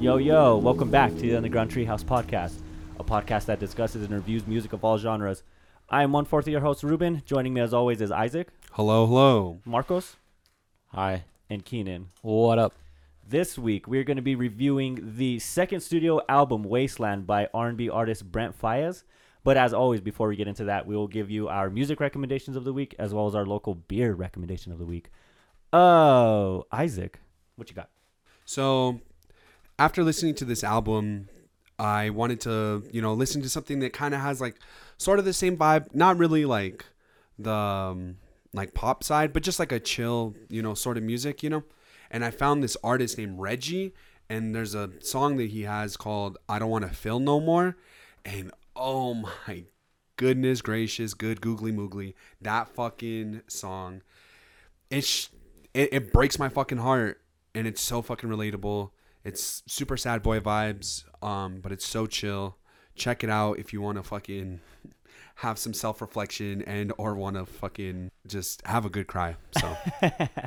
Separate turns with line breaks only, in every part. Yo, yo, welcome back to the Underground Treehouse podcast, a podcast that discusses and reviews music of all genres. I am one fourth of your host, Ruben. Joining me as always is Isaac,
Hello, hello.
Marcos,
Hi.
and Keenan.
What up?
This week, we're going to be reviewing the second studio album, Wasteland, by R&B artist Brent Fayez. But as always, before we get into that, we will give you our music recommendations of the week, as well as our local beer recommendation of the week. Oh, Isaac, what you got?
So, after listening to this album, I wanted to, you know, listen to something that kind of has like sort of the same vibe, not really like the um, like pop side, but just like a chill, you know, sort of music, you know. And I found this artist named Reggie, and there's a song that he has called "I Don't Want to Feel No More," and oh my goodness gracious, good googly moogly, that fucking song. it, sh- it it breaks my fucking heart and it's so fucking relatable it's super sad boy vibes um but it's so chill check it out if you want to fucking have some self-reflection and or want to fucking just have a good cry so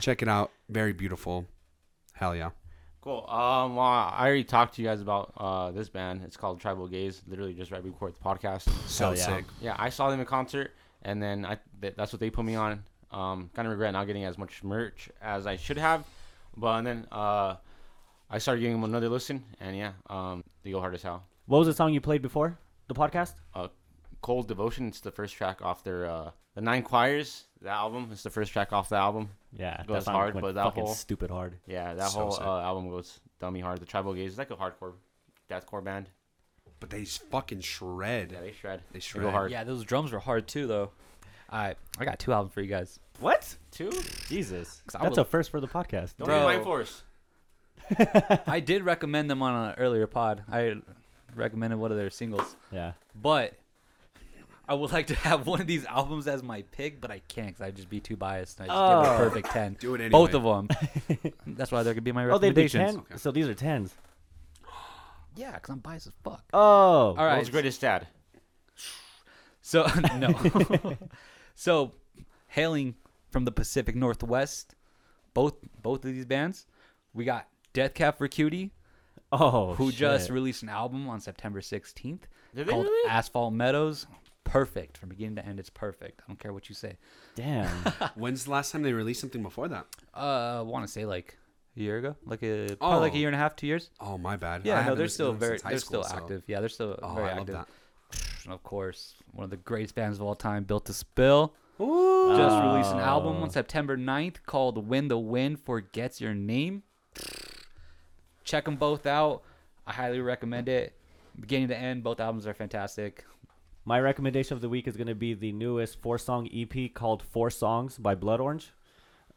check it out very beautiful hell yeah
Cool. Um, well, I already talked to you guys about uh, this band. It's called Tribal Gaze. Literally just right before the podcast.
so
Hell yeah.
sick
Yeah, I saw them in concert, and then I th- that's what they put me on. Um, kind of regret not getting as much merch as I should have, but then uh, I started giving them another listen, and yeah, um, they go hard as hell.
What was the song you played before the podcast?
uh, Cold Devotion. It's the first track off their uh, the Nine Choirs. The album. It's the first track off the album.
Yeah,
Goes
song
hard,
went
but that
fucking
whole-
stupid hard.
Yeah, that
So
whole
sick.
uh, album goes dummy hard. The Tribal Gaze is like a hardcore, deathcore band.
but they s- fucking shred
Yeah, they shred.
They
go
shred.
hard.
Yeah, those drums were hard too, though. I I got two albums for you guys.
What?
Two.
Jesus,
'Cause I
that's
will-
a first for the podcast.
Don't
Bro.
be blind force.
I did recommend them on an earlier pod. I recommended one of their singles,
Yeah,
but I would like to have one of these albums as my pick, but I can't because I'd just be too biased. And I just give it
Oh.
a perfect ten.
Do it
Both of
anyway.
them. That's why they're gonna be my
Oh, they did
recommendations.
ten. So these are tens.
Yeah, because I'm biased as fuck.
Oh,
All right.
World's greatest dad.
So no. so hailing from the Pacific Northwest, both both of these bands, we got Death Cab for Cutie,
oh,
who
shit.
just released an album on September 16th
Did they
called
really?
Asphalt Meadows. Perfect from beginning to end. It's perfect. I don't care what you say.
damn.
when's the last time they released something before that
Uh, I want to say like a year ago, like a probably like a
Oh.
year and a half, two years.
oh my bad I
Yeah, no,
haven't
they're
listened to
still
them
very
since high
they're
school,
still
so-
active. Yeah, they're still
oh
very
i love
active.
that
And of course, one of the greatest bands of all time, Built to Spill.
Ooh. Uh.
just released an album
Oh.
on September 9th called When the Wind Forgets Your Name. Check them both out. I highly recommend it. Beginning to end, both albums are fantastic.
My recommendation of the week is going to be the newest four song EP called Four Songs by Blood Orange.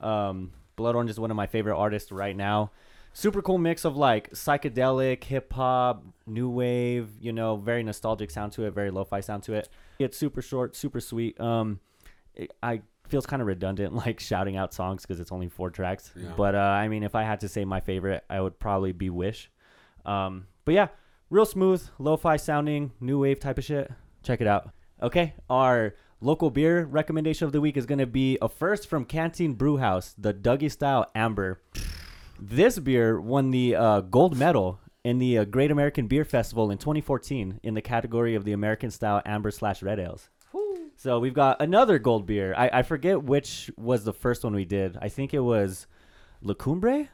Um, Blood Orange is one of my favorite artists right now. Super cool mix of like psychedelic, hip hop, new wave, you know, very nostalgic sound to it, very lo fi sound to it. It's super short, super sweet. Um, it, I feels kind of redundant like shouting out songs because it's only four tracks.
Yeah.
But uh, I mean, if I had to say my favorite, I would probably be Wish. Um, but yeah, real smooth, lo-fi sounding, new wave type of shit. Check it out. Okay, our local beer recommendation of the week is gonna be a first from Canteen Brewhouse, the Dougie Style Amber. This beer won the uh, gold medal in the uh, Great American Beer Festival in 2014 in the category of the American Style Amber slash Red Ales. So we've got another gold beer. I, I forget which was the first one we did. I think it was La Cumbre.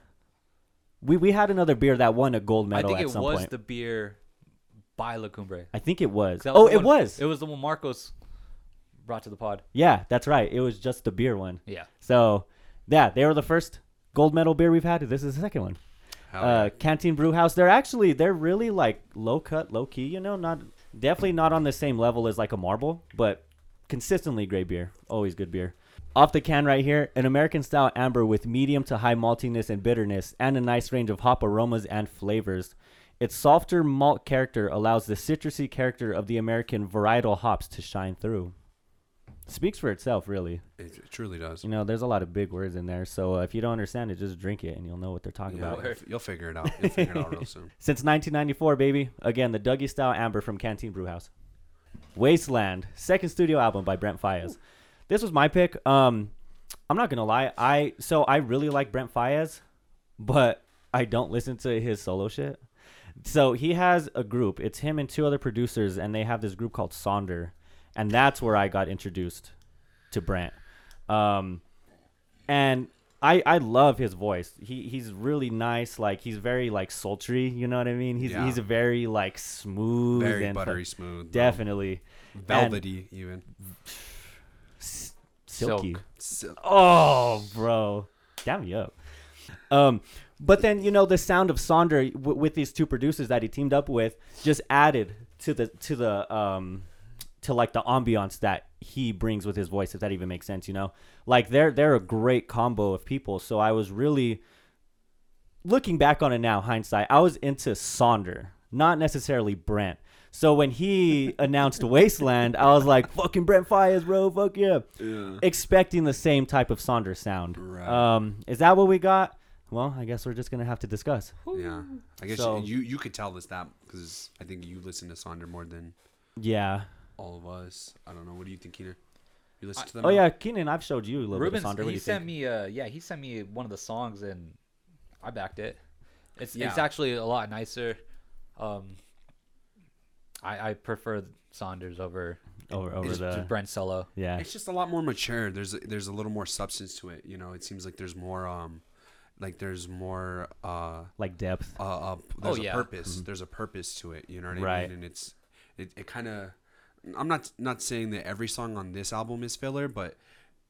We we had another beer that won a gold medal
I think
at
it
some
was
point.
the beer by La Cumbre.
I think it was.
'Cause that
oh,
the
it
one-
was.
It was the one Marcos brought to the pod.
Yeah, that's right. It was just the beer one.
Yeah.
So, yeah, they were the first gold medal beer we've had. This is the second one.
Hell Oh, yeah.
Uh, Canteen Brew House. They're actually they're really like low cut, low key. You know, not definitely not on the same level as like a Marble, but consistently great beer. Always good beer. Off the can right here, an American style amber with medium to high maltiness and bitterness, and a nice range of hop aromas and flavors. Its softer malt character allows the citrusy character of the American varietal hops to shine through. speaks for itself, really.
It, it truly does.
You know, there's a lot of big words in there. So uh, if you don't understand it, just drink it and you'll know what they're talking
Yeah,
about.
you'll, you'll figure it out. You'll figure it out real soon.
Since 1994, baby. Again, the Dougie style amber from Canteen Brewhouse. Wasteland, second studio album by Brent Fayez. This was my pick. Um, I'm not gonna lie. I so I really like Brent Fayez, but I don't listen to his solo shit. So he has a group. It's him and two other producers, and they have this group called Sonder, and that's where I got introduced to Brent. Um, and I I love his voice. He he's really nice. Like he's very like sultry. You know what I mean? He's
Yeah.
he's very like smooth,
Very
and
buttery smooth. bro.
definitely
Velvety, even.
S- silky.
Silk.
Silk.
Oh, bro, damn you up. Um, but then you know the sound of Sonder w- with these two producers that he teamed up with just added to the to the um to like the ambiance that he brings with his voice. If that even makes sense, you know, like they're they're a great combo of people. So I was really looking back on it now, hindsight, I was into Sonder, not necessarily Brent. So when he announced Wasteland, I was like, "Fucking Brent Fires, bro, fuck yeah!" Expecting the same type of Sonder sound.
Right.
Um, is that what we got? Well, I guess we're just gonna have to discuss.
Yeah. I guess
So-
you, you could tell us that because I think you listen to Sonder more than
Yeah.
all of us. I don't know. What do you think, Keener? You listen to them?
Oh
now?
yeah, Keenan, I've showed you a little
Ruben,
bit of Sonder. What do
he
you
sent
think?
me. Uh, yeah, he sent me one of the songs, and I backed it. It's it's
Yeah.
actually a lot nicer. Um, I I prefer Saunders over
over over
just- just
the
Brent Solo.
yeah.
It's just a lot more mature. There's there's a little more substance to it. You know, it seems like there's more um, like there's more uh,
like depth.
uh, uh there's
Oh, yeah. Mm-hmm.
a purpose. There's a purpose to it. You know what I
Right.
mean? And it's it, it kind of. I'm not not saying that every song on this album is filler, but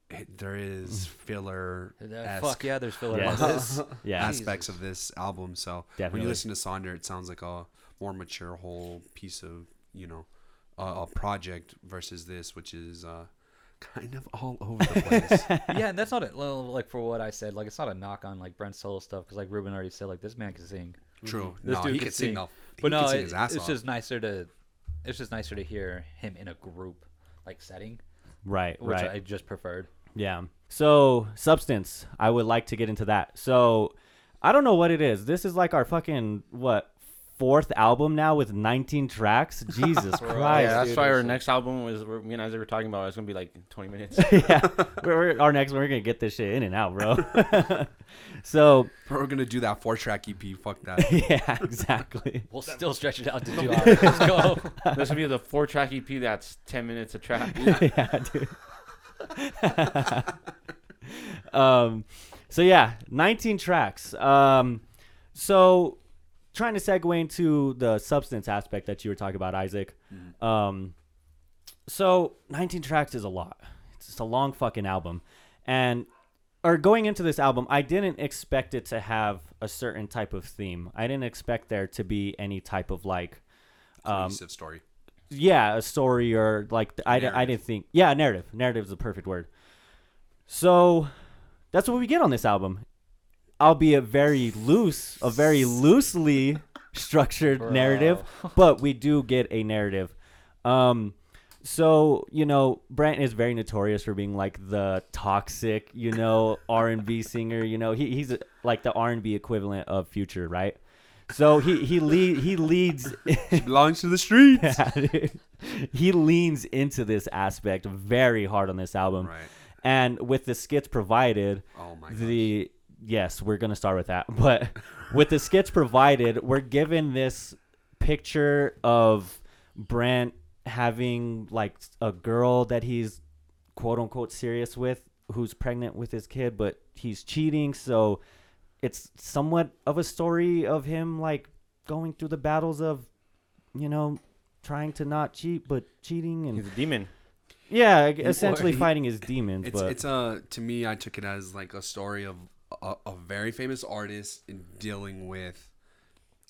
it, there is filler.
Uh, Mm. Fuck yeah, there's filler.
Yes.
on this.
Yeah.
aspects of this album. So when
Definitely.
you listen to Sonder, it sounds like a more mature whole piece of you know a, a project versus this, which is uh, kind of all over the place.
yeah, and that's not a, well, like for what I said. Like it's not a knock on like Brent Solo stuff because like Ruben already said like this man can sing.
True.
This
no,
dude
he
can
could sing.
sing.
though. He
But
could
no,
sing
it-
his ass
it's
off.
just nicer to it's just nicer to hear him in a group like setting,
Right.
which
right.
I just preferred.
Yeah. So substance, I would like to get into that. So I don't know what it is. This is like our fucking what fourth album now with 19 tracks. Jesus Christ.
yeah, that's
dude.
why our next album was we're- me and Isaac were talking about. It's gonna be like 20 minutes.
yeah. We're, we're- our next one, we're gonna get this shit in and out, bro. so
We're gonna do that four track EP. Fuck that.
yeah, exactly.
We'll still stretch it out to two hours. Let's go.
this will be the four-track EP that's 10 minutes a track.
yeah, dude. um, so yeah, 19 tracks. Um, so trying to segue into the substance aspect that you were talking about, Isaac. Um, so 19 tracks is a lot. It's just a long fucking album, and or going into this album, I didn't expect it to have a certain type of theme. I didn't expect there to be any type of like
Um,
Cohesive story.
yeah, a story or like th- I, di- I
Narrative.
didn't think yeah, narrative. Narrative is the perfect word. So that's what we get on this album. Albeit very loose, a very loosely structured narrative, but we do get a narrative. Um so, you know, Brent is very notorious for being like the toxic, you know, R&B singer, you know. He he's uh, like the R&B equivalent of Future, right? So he he lead, he leads
She belongs to the streets.
yeah, dude. he leans into this aspect very hard on this album.
Right.
And with the skits provided,
Oh my gosh.
the yes, we're gonna start with that. But with the skits provided, we're given this picture of Brent having like a girl that he's quote unquote serious with, who's pregnant with his kid, but he's cheating. So it's somewhat of a story of him like going through the battles of, you know, trying to not cheat but cheating
He's
and
a demon.
yeah, e-, essentially
he-
fighting his demons.
It's
but
it's a to me I took it as like a story of a, a very famous artist in dealing with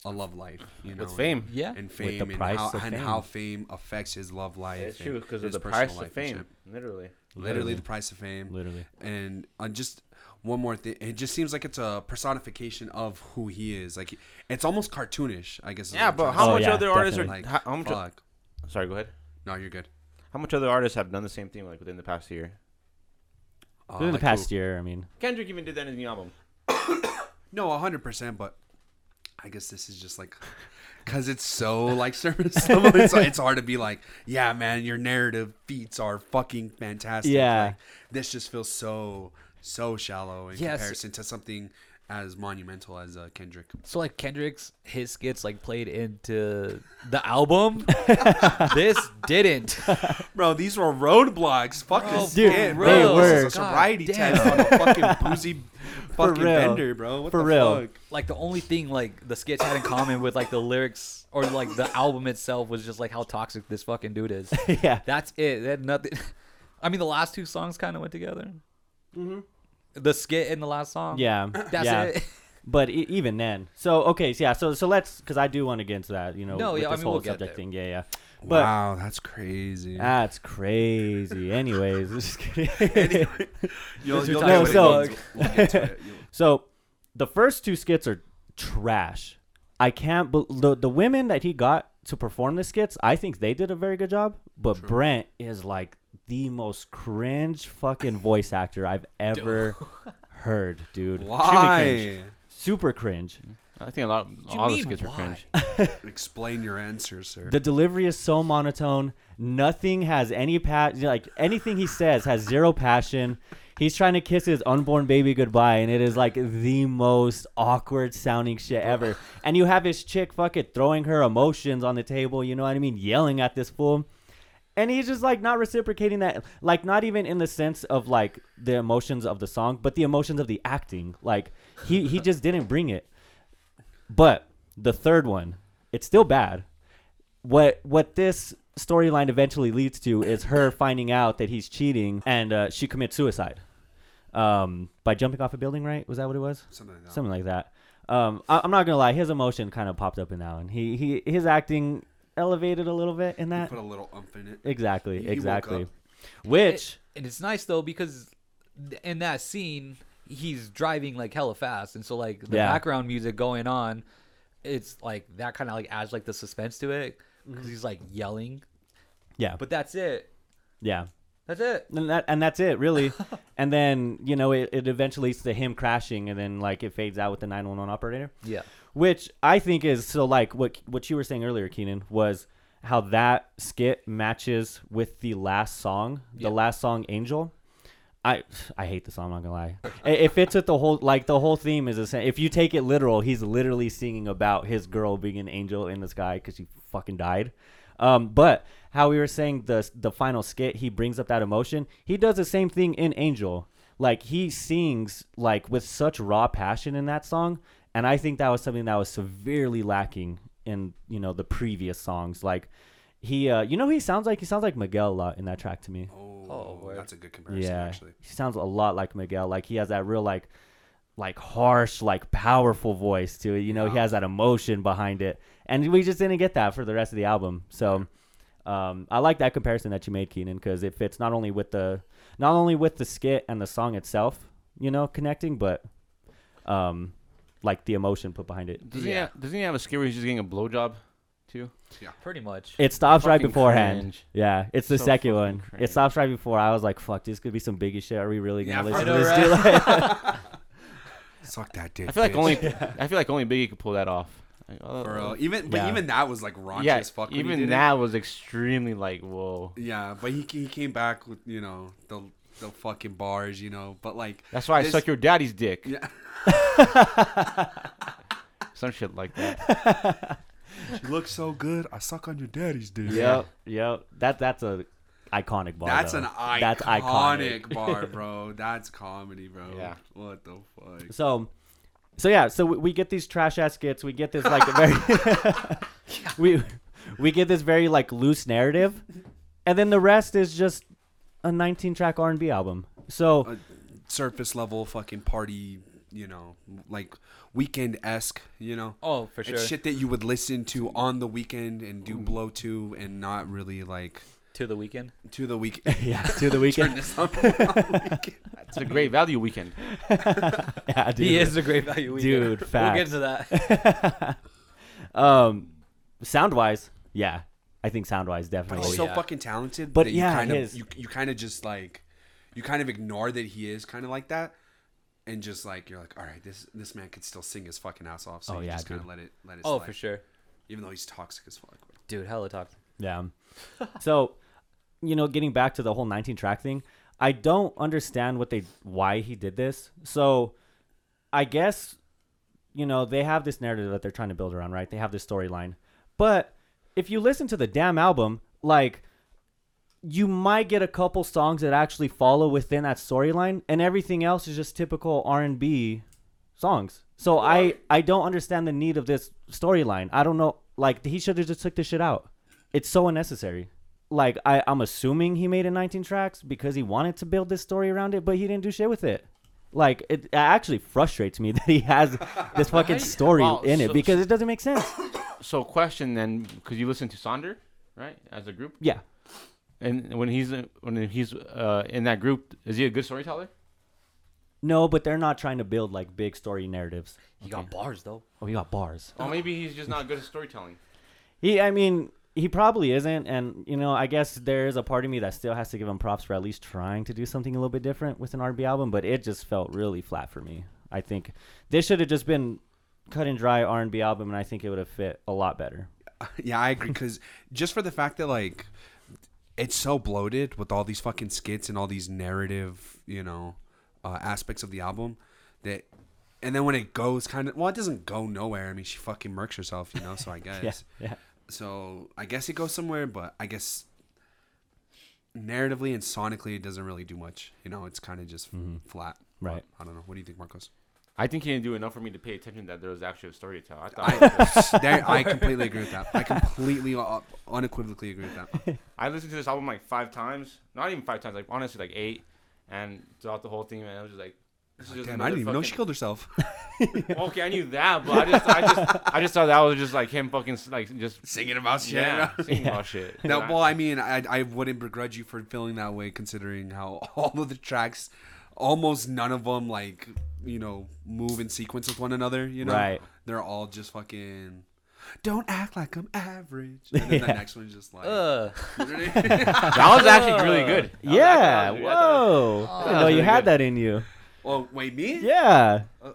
a love life, you know,
With fame.
and,
Yeah.
and
the
fame, and,
price
how,
of
and
fame.
how fame affects his love life.
It's
and
true because
his
of the
personal
price of
life and
fame,
shit.
literally.
Literally the price of fame.
Literally.
And uh, just one more thing, it just seems like it's a personification of who he is. Like it's almost cartoonish, I guess. is what
Yeah,
I'm
but
trying to
how
Oh,
much
yeah,
other artists
say.
much-
like
are? How, how much?
fuck?
Sorry, go ahead.
No, you're good.
How much other artists have done the same thing like within the past year?
Uh,
Within
like
the past year, I mean,
Kendrick even did that in the album.
who- No, hundred percent. But I guess this is just like because it's so like surface level. It's, it's hard to be like, yeah, man, your narrative beats are fucking fantastic.
Yeah.
Like, this just feels so so shallow in
Yes.
comparison to something as monumental as uh, Kendrick.
So like Kendrick's his skits like played into the album. this didn't.
Bro, these were roadblocks. Fuck this
Dude,
shit,
they
bro. This is
were.
a sobriety
God damn.
test on a fucking boozy
For
fucking
real.
bender, bro. What
For
the
real.
fuck?
Like the only thing like the skits had in common with like the lyrics or like the album itself was just like how toxic this fucking dude is.
yeah,
That's it. That nothing. I mean, the last two songs kind of went together. Mm-hmm. The skit and the last song.
yeah,
That's
yeah.
it.
But e- even then, so okay, so yeah, so so let's because I do want to get into that, you know,
No,
with
yeah, I
this
mean,
whole
we'll get
subject
there.
thing, yeah, yeah. But
wow, that's crazy.
that's crazy. Anyways, just kidding.
You'll,
Since we
you'll
talked
about
get what it
so-
means. We'll get to it. You'll-
So the first two skits are trash. I can't. bel the the women that he got to perform the skits, I think they did a very good job. But Brent is like the most cringe fucking voice actor I've ever heard, dude. Extremely cringe.
Why?
Super cringe.
I think a lot,
you
all the
mean,
skits were
why?
cringe.
Explain your answer, sir.
The delivery is so monotone. Nothing has any pa- like anything he says has zero passion. He's trying to kiss his unborn baby goodbye, and it is like the most awkward sounding shit ever. And you have his chick fucking throwing her emotions on the table, you know what I mean? Yelling at this fool. And he's just like not reciprocating that, like not even in the sense of like the emotions of the song, but the emotions of the acting. Like he he just didn't bring it. But the third one, it's still bad. What what this storyline eventually leads to is her finding out that he's cheating and uh, she commits suicide um, by jumping off a building. Right? Was that what it was?
Something like that.
Something like that. Um, I, I'm not gonna lie, his emotion kind of popped up in that one. He he his acting elevated a little bit in that.
Put a little umph in it.
Exactly,
He woke
exactly.
up.
Which
and it's nice though because in that scene he's driving like hella fast and so like the
Yeah.
background music going on it's like that kind of like adds like the suspense to it because he's like yelling
yeah,
but that's it
yeah.
that's it
And that and that's it really. and then, you know, it, it eventually leads to him crashing and then like it fades out with the 911 operator.
yeah
Which I think is so like what what you were saying earlier, Keenan, was how that skit matches with the last song,
Yeah.
the last song Angel. I I hate the song, I'm not gonna lie. It, it fits with the whole like the whole theme is the same. If you take it literal, he's literally singing about his girl being an angel in the sky because she fucking died. Um, but how we were saying the the final skit, he brings up that emotion. He does the same thing in Angel. Like he sings like with such raw passion in that song, and I think that was something that was severely lacking in you know the previous songs. Like he, uh, you know, who he sounds like he sounds like Miguel a lot in that track to me.
Oh,
word.
that's a good comparison, actually.
He sounds a lot like Miguel. Like he has that real like like harsh, like powerful voice to it. You know, he has that emotion behind it. And we just didn't get that for the rest of the album. So um, I like that comparison that you made, Keenan, because it fits not only with the not only with the skit and the song itself, you know, connecting, but um like the emotion put behind it.
Doesn't, he
Yeah.
have, doesn't he have a skit where he's just getting a blowjob, too?
pretty much
It stops right
Fucking
beforehand.
cringe.
Yeah, it's the
So
second
fucking
one. It
cringe.
stops right before. I was like, "Fuck, this could be some biggest shit." Are we really
Yeah,
gonna
I
listen to
know,
this dude? Like-
Suck that dick.
I feel like
bitch.
only I feel like only Biggie could pull that off. Like, oh,
For real. even but
Yeah.
even that was like raunchy
yeah,
as fuck. when he
even
did it.
that was extremely like whoa.
Yeah, but he he came back with you know the the fucking bars, you know. But like
That's why I
this-
suck your daddy's dick.
Yeah.
Some shit like that.
You look so good. I suck on your daddy's dick.
Yep, yep. That that's a iconic bar.
That's
though.
an iconic,
Oh, That's iconic.
bar, bro. That's comedy, bro.
Yeah.
What the fuck?
So, so yeah. So we, we get these trash ass skits. We get this like very. we we get this very like loose narrative, and then the rest is just a 19 track R and B album. So
Oh,
Uh, surface level fucking party, you know, like weekend esque, you know.
oh for sure
It's shit that you would listen to on the weekend and do blow to, and not really like
to the weekend
to the weekend.
yeah, to the weekend.
It's a great value weekend.
yeah, dude.
he is a great value weekend.
Dude,
we'll get
facts.
into that
um, sound wise, yeah, I I think sound wise, definitely.
he's so
Oh, yeah.
fucking talented.
But
that you
yeah,
kind
he
of,
is.
you you kind of just like you kind of ignore that he is kind of like that, and just like you're like, all right, this this man could still sing his fucking ass off. So
Oh,
you
yeah,
just kind of
dude.
let it let it.
Oh,
slide,
for sure,
Even though he's toxic as fuck.
dude. Hella talk.
Yeah. so, you know, getting back to the whole 19 track thing, I don't understand what they why he did this. So, I guess you know, they have this narrative that they're trying to build around, right? They have this storyline. But if you listen to the damn album, like you might get a couple songs that actually follow within that storyline and everything else is just typical R&B songs. So I I don't understand the need of this storyline. I don't know like he should have just took this shit out. It's so unnecessary. Like I I'm assuming he made it 19 tracks because he wanted to build this story around it, but he didn't do shit with it. Like it actually frustrates me that he has this fucking
Right?
story
Well,
in it
so-
because it doesn't make sense.
So question then, because you listen to Sonder, right, as a group,
Yeah.
and when he's uh, when he's uh, in that group, is he a good storyteller?
No, but they're not trying to build like big story narratives.
He got bars though.
Oh, he got bars.
Or maybe he's just not good at storytelling.
He, I mean, he probably isn't, and you know, I guess there is a part of me that still has to give him props for at least trying to do something a little bit different with an RB album, but it just felt really flat for me. I think this should have just been cut and dry R&B album, and I think it would have fit a lot better.
Yeah, I agree. Because just for the fact that like it's so bloated with all these fucking skits and all these narrative, you know, uh, aspects of the album that. And then when it goes kind of well, it doesn't go nowhere. I mean, she fucking murks herself, you know. So I guess,
Yeah, yeah.
so I guess it goes somewhere, but I guess narratively and sonically, it doesn't really do much. You know, it's kind of just flat.
Mm-hmm. Right.
I don't know. What do you think, Marcos?
I think he didn't do enough for me to pay attention that there was actually a story to tell. I thought
I, there, I completely agree with that. I completely, uh, unequivocally agree with that.
I listened to this album like five times, not even five times, like honestly like eight, and throughout the whole thing, man, I was just like, this is just
Damn, I didn't even know she
another
killed herself.
fucking- Okay, I knew that, but I just, I just, I just thought that was just like him fucking like just
Singing about
yeah, singing all shit.
No,
And I-
well, I mean, I, I wouldn't begrudge you for feeling that way, considering how all of the tracks, almost none of them, like you know, move in sequence with one another. You know,
Right.
They're all just fucking. Don't act like I'm average. And then the next one's just like.
Ugh.
that was actually really good. That was
yeah.
actually- that was-
Whoa. I didn't know
was
you
really
had
good.
that in you.
oh wait, me?
Yeah.
Uh,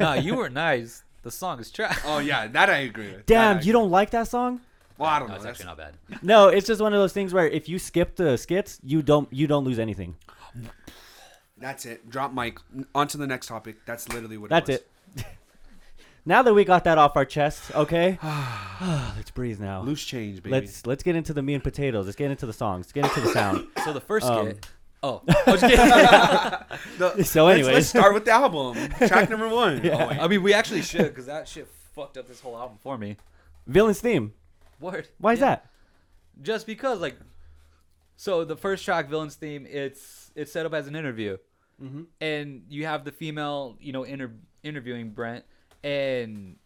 nah, you were nice. The song is trash.
Oh yeah, that I agree
Damn,
with. That I
you
agree-
don't like that song?
Well, I don't
No,
know.
it's
That's,
actually not bad.
No, it's just one of those things where if you skip the skits, you don't you don't lose anything.
that's it. Drop mic. On to the next topic. That's literally what.
That's
it. Was.
it. now that we got that off our chest, okay? let's breathe now.
Loose change, baby.
let's let's get into the meat and potatoes. Let's get into the songs. Let's get into the sound.
So the first
Um,
skit. Oh, I was kidding.
The-
So
let's-
anyways.
let's, start with the album. Track number one. Oh, wait.
I mean, we actually should, because that shit fucked up this whole album for me.
Villain's theme.
Word.
Why is
Yeah.
that?
Just because, like, so the first track, villains theme, it's it's set up as an interview, and you have the female, you know, inter- interviewing Brent, and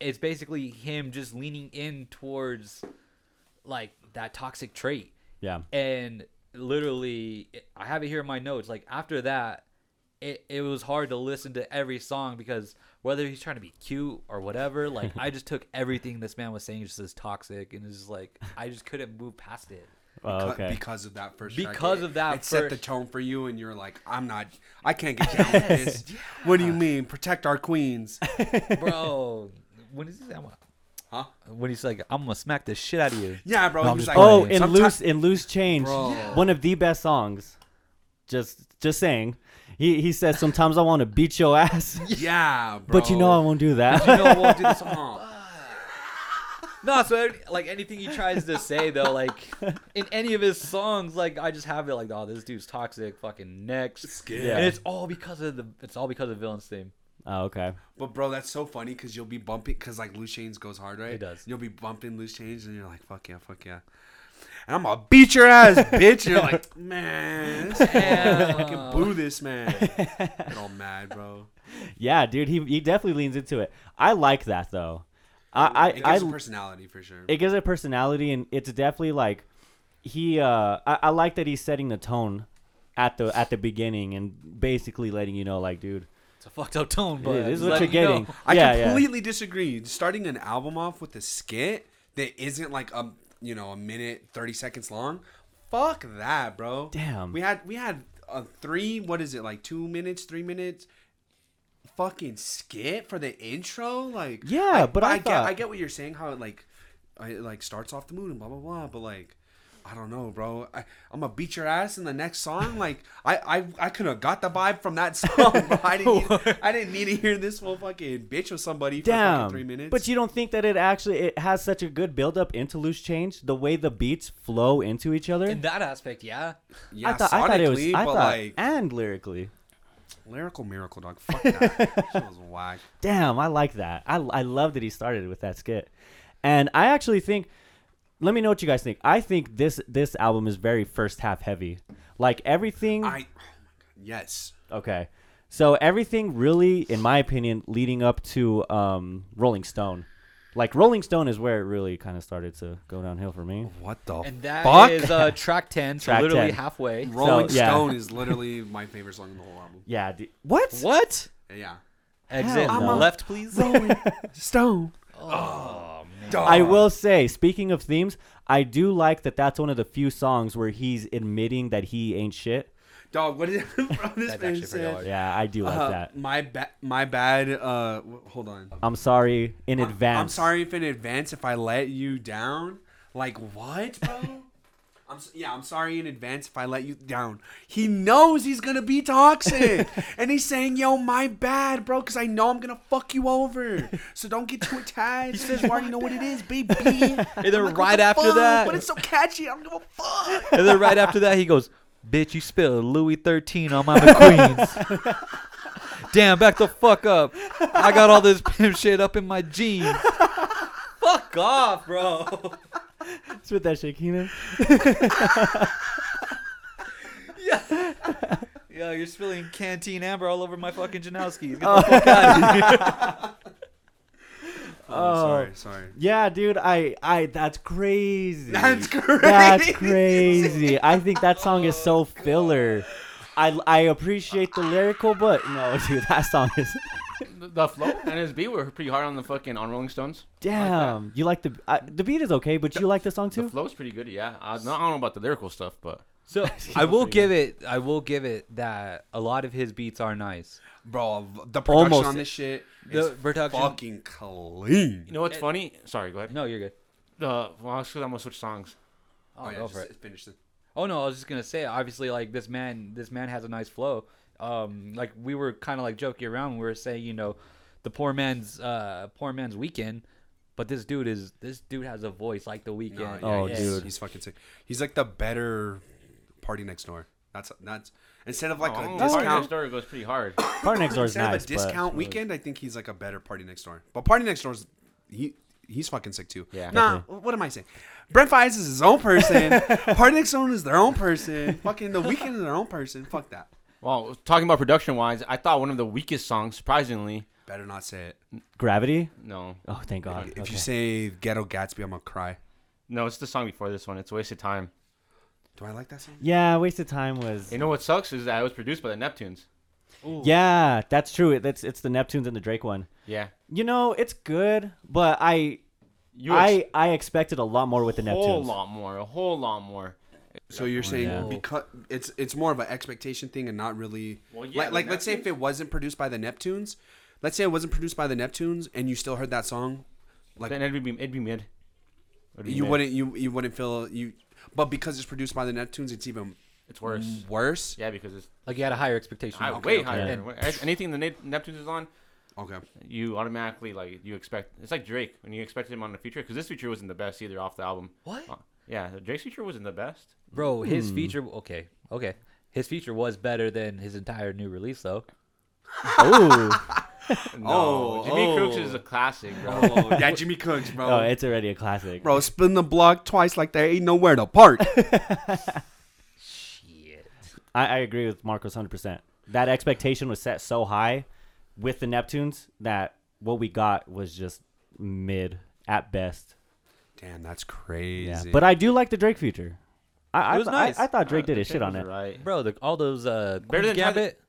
it's basically him just leaning in towards, like, that toxic trait.
Yeah.
and literally i have it here in my notes like after that it, it was hard to listen to every song because whether he's trying to be cute or whatever like i just took everything this man was saying just as toxic and it's just like i just couldn't move past it
Oh,
Cut
okay.
because of that first track.
Because
It-
of that
it set the
first-
tone for you and you're like i'm not i can't get down with this what do you mean protect our queens
bro when is he I'm gonna-
Huh?
when he's like i'm gonna smack the shit out of you
yeah bro
No, I'm
he's
just
like,
Oh,
Right.
in
sometime-
loose in loose change,
Bro. Yeah.
one of the best songs. Just just saying. He he says sometimes I want to beat your ass,
yeah bro.
but you know I won't do that.
you know I won't do this huh?
no so every- like anything he tries to say though like in any of his songs like i just have it like oh this dude's toxic fucking next
Yeah.
and it's all because of the it's all because of villain's theme
oh, okay.
but bro that's so funny because you'll be bumping because like loose chains goes hard right
It does.
you'll be bumping loose chains and you're like fuck yeah fuck yeah and i'm gonna beat your ass bitch and you're like man this
Damn.
fucking blew this man get all mad bro
Yeah, dude, he he definitely leans into it. I like that though. I I,
it
I
gives a personality for sure
it gives it personality and it's definitely like he uh I, I like that he's setting the tone at the at the beginning and basically letting you know like dude
It's a fucked up tone, but
this is
just
what you're
letting you know.
getting
I
yeah yeah
completely disagree. Starting an album off with a skit that isn't like a you know a minute thirty seconds long. Fuck that, bro.
Damn.
We had we had a three. What is it like? Two minutes, three minutes. Fucking skit for the intro, like
Yeah, but I
get
thought-
I get what you're saying. How it like, I, it like starts off the mood and blah blah blah. But like, I don't know, bro. I, I'm gonna beat your ass in the next song. Like, I I, I could have got the vibe from that song, bro. I didn't need, I didn't need to hear this whole fucking bitch with somebody for
Damn.
fucking three minutes.
But you don't think that it actually it has such a good build up into loose change, the way the beats flow into each other.
In that aspect, yeah.
yeah,
I thought I thought it was I
sonically,
thought
but like
and lyrically.
lyrical miracle dog. Fuck that. She was whack.
Damn, I like that. I I love that he started with that skit. And I actually think let me know what you guys think. I think this this album is very first half heavy. Like everything
I. Oh my god. Yes.
Okay. So everything really, in my opinion, leading up to um, Rolling Stone. Like Rolling Stone is where it really kind of started to go downhill for me.
What the
And that is
fuck?
uh, track 10, so
Track
literally
10.
halfway.
Rolling
So, yeah.
Stone is literally my favorite song in the whole album.
Yeah. d what?
What?
Yeah.
Exit
Hell no.
left, please.
Rolling Stone.
Oh,
Dog.
I will say, speaking of themes, I do like that. That's one of the few songs where he's admitting that he ain't shit.
Dog. What is bro, this
That's
man
actually pretty
said,
hard.
Yeah, I do like
uh,
that.
My bad. My bad. Uh, wh- hold on.
I'm sorry in
I-
advance.
I'm sorry if in advance if I let you down. Like what, bro? I'm s- yeah. I'm sorry in advance if I let you down. He knows he's gonna be toxic, and he's saying, "Yo, my bad, bro, because I know I'm gonna fuck you over. So don't get too attached. He says, "You already know what it is, baby." and
And then right after that,
but it's so catchy. I'm gonna fuck.
and then right after that, he goes, "Bitch, you spilled Louis Thirteen on my McQueens." Damn, back the fuck up! I got all this pimp shit up in my jeans. fuck off, bro.
What's with that Shakina?
Yo, you're spilling canteen amber all over my fucking Janowski's. Get the fuck out of here.
Oh, sorry, sorry.
Yeah, dude. I I that's crazy.
That's crazy.
That's crazy. I think that song is so filler. I, I appreciate the lyrical, but no, dude, that song is
The,
flow?
and his beat were pretty hard on the fucking on Rolling Stones.
damn. you like the I, the beat is okay, but you like the song
The
too.
flow's pretty good, yeah. I, not, I don't know about the lyrical stuff, but
So I will give it. I will give it that a lot of his beats are nice.
Bro, the production
Almost.
on this shit
The
is
production-
fucking clean.
you know what's funny? Sorry, go ahead.
No, you're good.
The well, it's 'cause I'm gonna switch songs.
Oh, go for it.
Finish it.
Oh no, I was just gonna say, obviously, like this man, this man has a nice flow. Um, like we were kind of like joking around. when We were saying, you know, the poor man's, uh, poor man's weekend. But this dude is, this dude has a voice like the weekend.
yeah, Oh,
he's,
dude.
he's fucking sick. He's like the better party next door. That's that's instead of like
Oh,
a
Party Next
discount.
Door goes pretty hard.
Part next door is
Instead of
nice,
a
but-
discount weekend, I think he's like a better party next door. But party next door's he he's fucking sick too.
Yeah.
Nah, what am I saying? Brent Fies is his own person. party next door is their own person. Fucking the weekend is their own person. Fuck that.
Well, talking about production wise, I thought one of the weakest songs, surprisingly,
Better not say it.
Gravity.
no,
Oh, thank God.
If
Okay.
you say Ghetto Gatsby, I'm gonna cry.
no, it's the song before this one. It's wasted time.
Do I like that song?
yeah, wasted time was.
You know what sucks is that it was produced by the Neptunes.
Yeah, that's true. It, that's it's the Neptunes and the Drake one.
Yeah,
You know, it's good, but I
you
I I expected a lot more with the
a whole
Neptunes.
lot more, a whole lot more.
So you're saying
Yeah.
because it's it's more of an expectation thing and not really
Well, yeah,
like,
the
like let's say if it wasn't produced by the Neptunes, let's say it wasn't produced by the Neptunes and you still heard that song, like
Then it'd be it'd be mid. It'd be
you
mid.
wouldn't you you wouldn't feel you, but because it's produced by the Neptunes, it's even
It's worse.
worse.
Yeah, because it's
Like you had a higher expectation.
I,
Mm. okay,
way
okay.
higher.
Yeah.
When- Anything the Nep- Neptunes is on,
Okay,
you automatically like you expect. It's like Drake when you expect him on the feature because this feature wasn't the best either off the album.
What?
Uh, yeah, Drake's feature wasn't the best.
bro? His feature, okay, okay, his feature was better than his entire new release though.
Ooh.
No,
Oh,
Jimmy Crooks
oh.
is a classic, bro.
yeah, Jimmy Cooks, bro.
Oh, it's already a classic.
bro, spin the block twice like there ain't nowhere to park.
Shit.
I, I agree with Marcos 100%. That expectation was set so high with the Neptunes that what we got was just mid at best.
Damn, that's crazy.
Yeah. But I do like the Drake feature. I,
It was
I,
nice.
I, I thought Drake did
The
his shit
Drake
on
was
it.
Right.
Bro, the, all those uh,
Better
Queen's
than Tyler-
Gambit.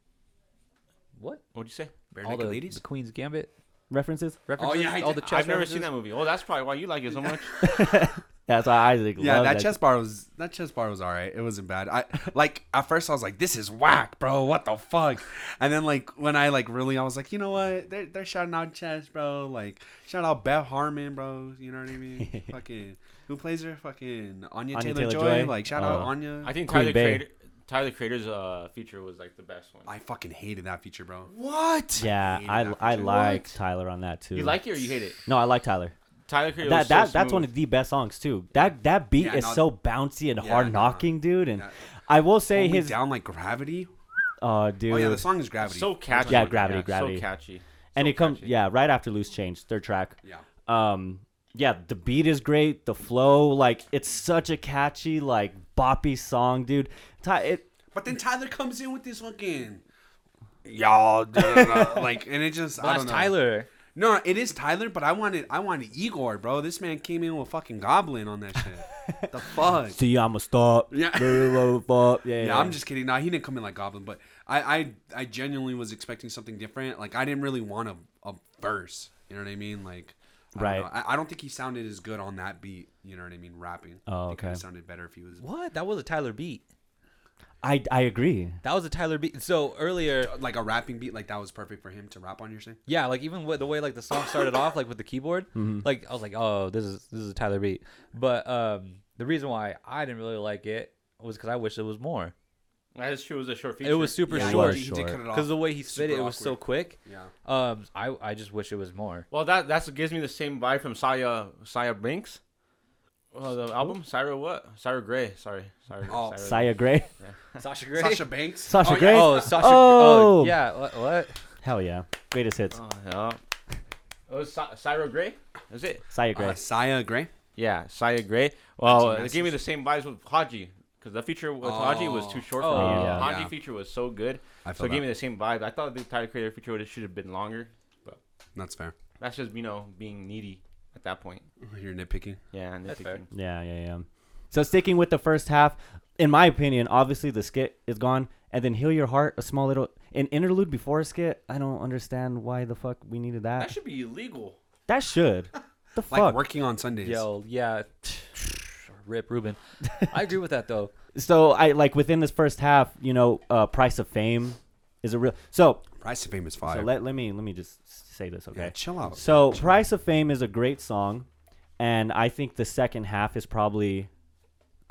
What?
What'd you say?
Bare
all
naked
the,
ladies.
the Queen's Gambit
references?
References,
I
all the
did-
chess
I've never seen
references?
that movie. Oh, that's probably why you like it so much.
That's why Isaac.
Yeah,
loved
that chess bar was that chess bar was all right. It wasn't bad. I like at first I was like, this is whack, bro. What the fuck? And then like when I like really, I was like, you know what? They're they're shouting out chess, bro. Like shout out Beth Harmon, bro. You know what I mean? fucking who plays her? Fucking Anya,
Anya
Taylor, Joy.
Taylor-Joy.
Like shout out
Uh,
Anya.
I think
Queen
Tyler
Bey.
Creator, Tyler Creator's uh, feature was like the best one.
I fucking hated that feature, bro. What?
Yeah,
hated
I
that
I
feature.
like Tyler on that too.
You like it or you hate it?
No, I like Tyler.
Tyler Creator.
that
was
that
so
that's one
smooth.
of the best songs too. That that beat
Yeah,
is
no,
so bouncy and
yeah,
hard
no,
knocking, dude. And
yeah.
I will say
Hold Me
his
down like gravity.
oh dude,
Oh yeah, the song is gravity.
so catchy.
Yeah, Gravity, Gravity.
So catchy.
and
So
it comes
catchy.
yeah right after Loose Change, third track.
yeah.
Um, yeah, the beat is great, the flow, like it's such a catchy like boppy song, dude. Ty, it
But then Tyler comes in with this fucking y'all da, da, da," like, and it just
But
I
that's
don't know.
Tyler.
No, it is Tyler, but I wanted I wanted Igor, bro. This man came in with fucking Goblin on that shit. the fuck.
see I'm a stop.
Yeah.
blah, blah, blah, blah. yeah,
Yeah,
yeah.
I'm just kidding. Nah, he didn't come in like Goblin, but I I, I genuinely was expecting something different. Like I didn't really want a, a verse. You know what I mean? Like I don't
Right.
know. I, I don't think he sounded as good on that beat. You know what I mean? Rapping.
Oh,
It kinda
okay.
sounded better if he was
What? That was a Tyler beat.
I I agree.
That was a Tyler beat. So earlier,
like a rapping beat. Like that was perfect for him to rap on. You're saying?
yeah, like even with the way like the song started off, like with the keyboard, like I was like, oh, this is this is a Tyler beat. But um, the reason why I didn't really like it was because I wish it was more.
That is true. It was a short feature.
It was super
Yeah, it
short
was
He did cut it off.
because the way he spit it,
Super
it was so
awkward.
quick.
Yeah.
Um, I I just wish it was more.
Well, that that's what gives me the same vibe from Saya Saya Brinks. Well, the album Syra what? Syra Gray. Sorry, sorry.
Oh,
Saya Gray,
Sasha Gray.
Sasha Banks.
Sasha
Oh, yeah.
Gray.
Oh, Sasha.
Oh!
Oh, yeah. What? what?
Hell yeah, greatest hits.
Oh, yeah. It was Sy- Syra Gray. Is it?
Saya Gray.
Uh, Saya Gray.
Yeah, Saya Gray. Well,
That's
it gave me the same vibes with Haji because the feature with Haji was too short for
Oh,
me.
yeah.
The Haji
Yeah.
feature was so good,
I
so
feel
it
that.
gave me the same vibe. I thought the Tyler Creator feature would should have been longer, but
That's fair.
that's just you know being needy at that point.
You're nitpicking.
Yeah, and
That's fair.
nitpicking.
Yeah, yeah, yeah. So sticking with the first half, in my opinion, obviously the skit is gone, and then heal your heart, a small little an interlude before a skit. I don't understand why the fuck we needed that.
that should be illegal.
That should. The
Like
fuck.
working on Sundays.
Yo, yeah. Rip Ruben. I agree with that though.
so I like within this first half, you know, uh, price of fame is a real. So,
Price of Fame is
so
fire.
let let me let me just say this,
yeah,
okay?
chill out.
So, Price of Fame is a great song, and I think the second half is probably,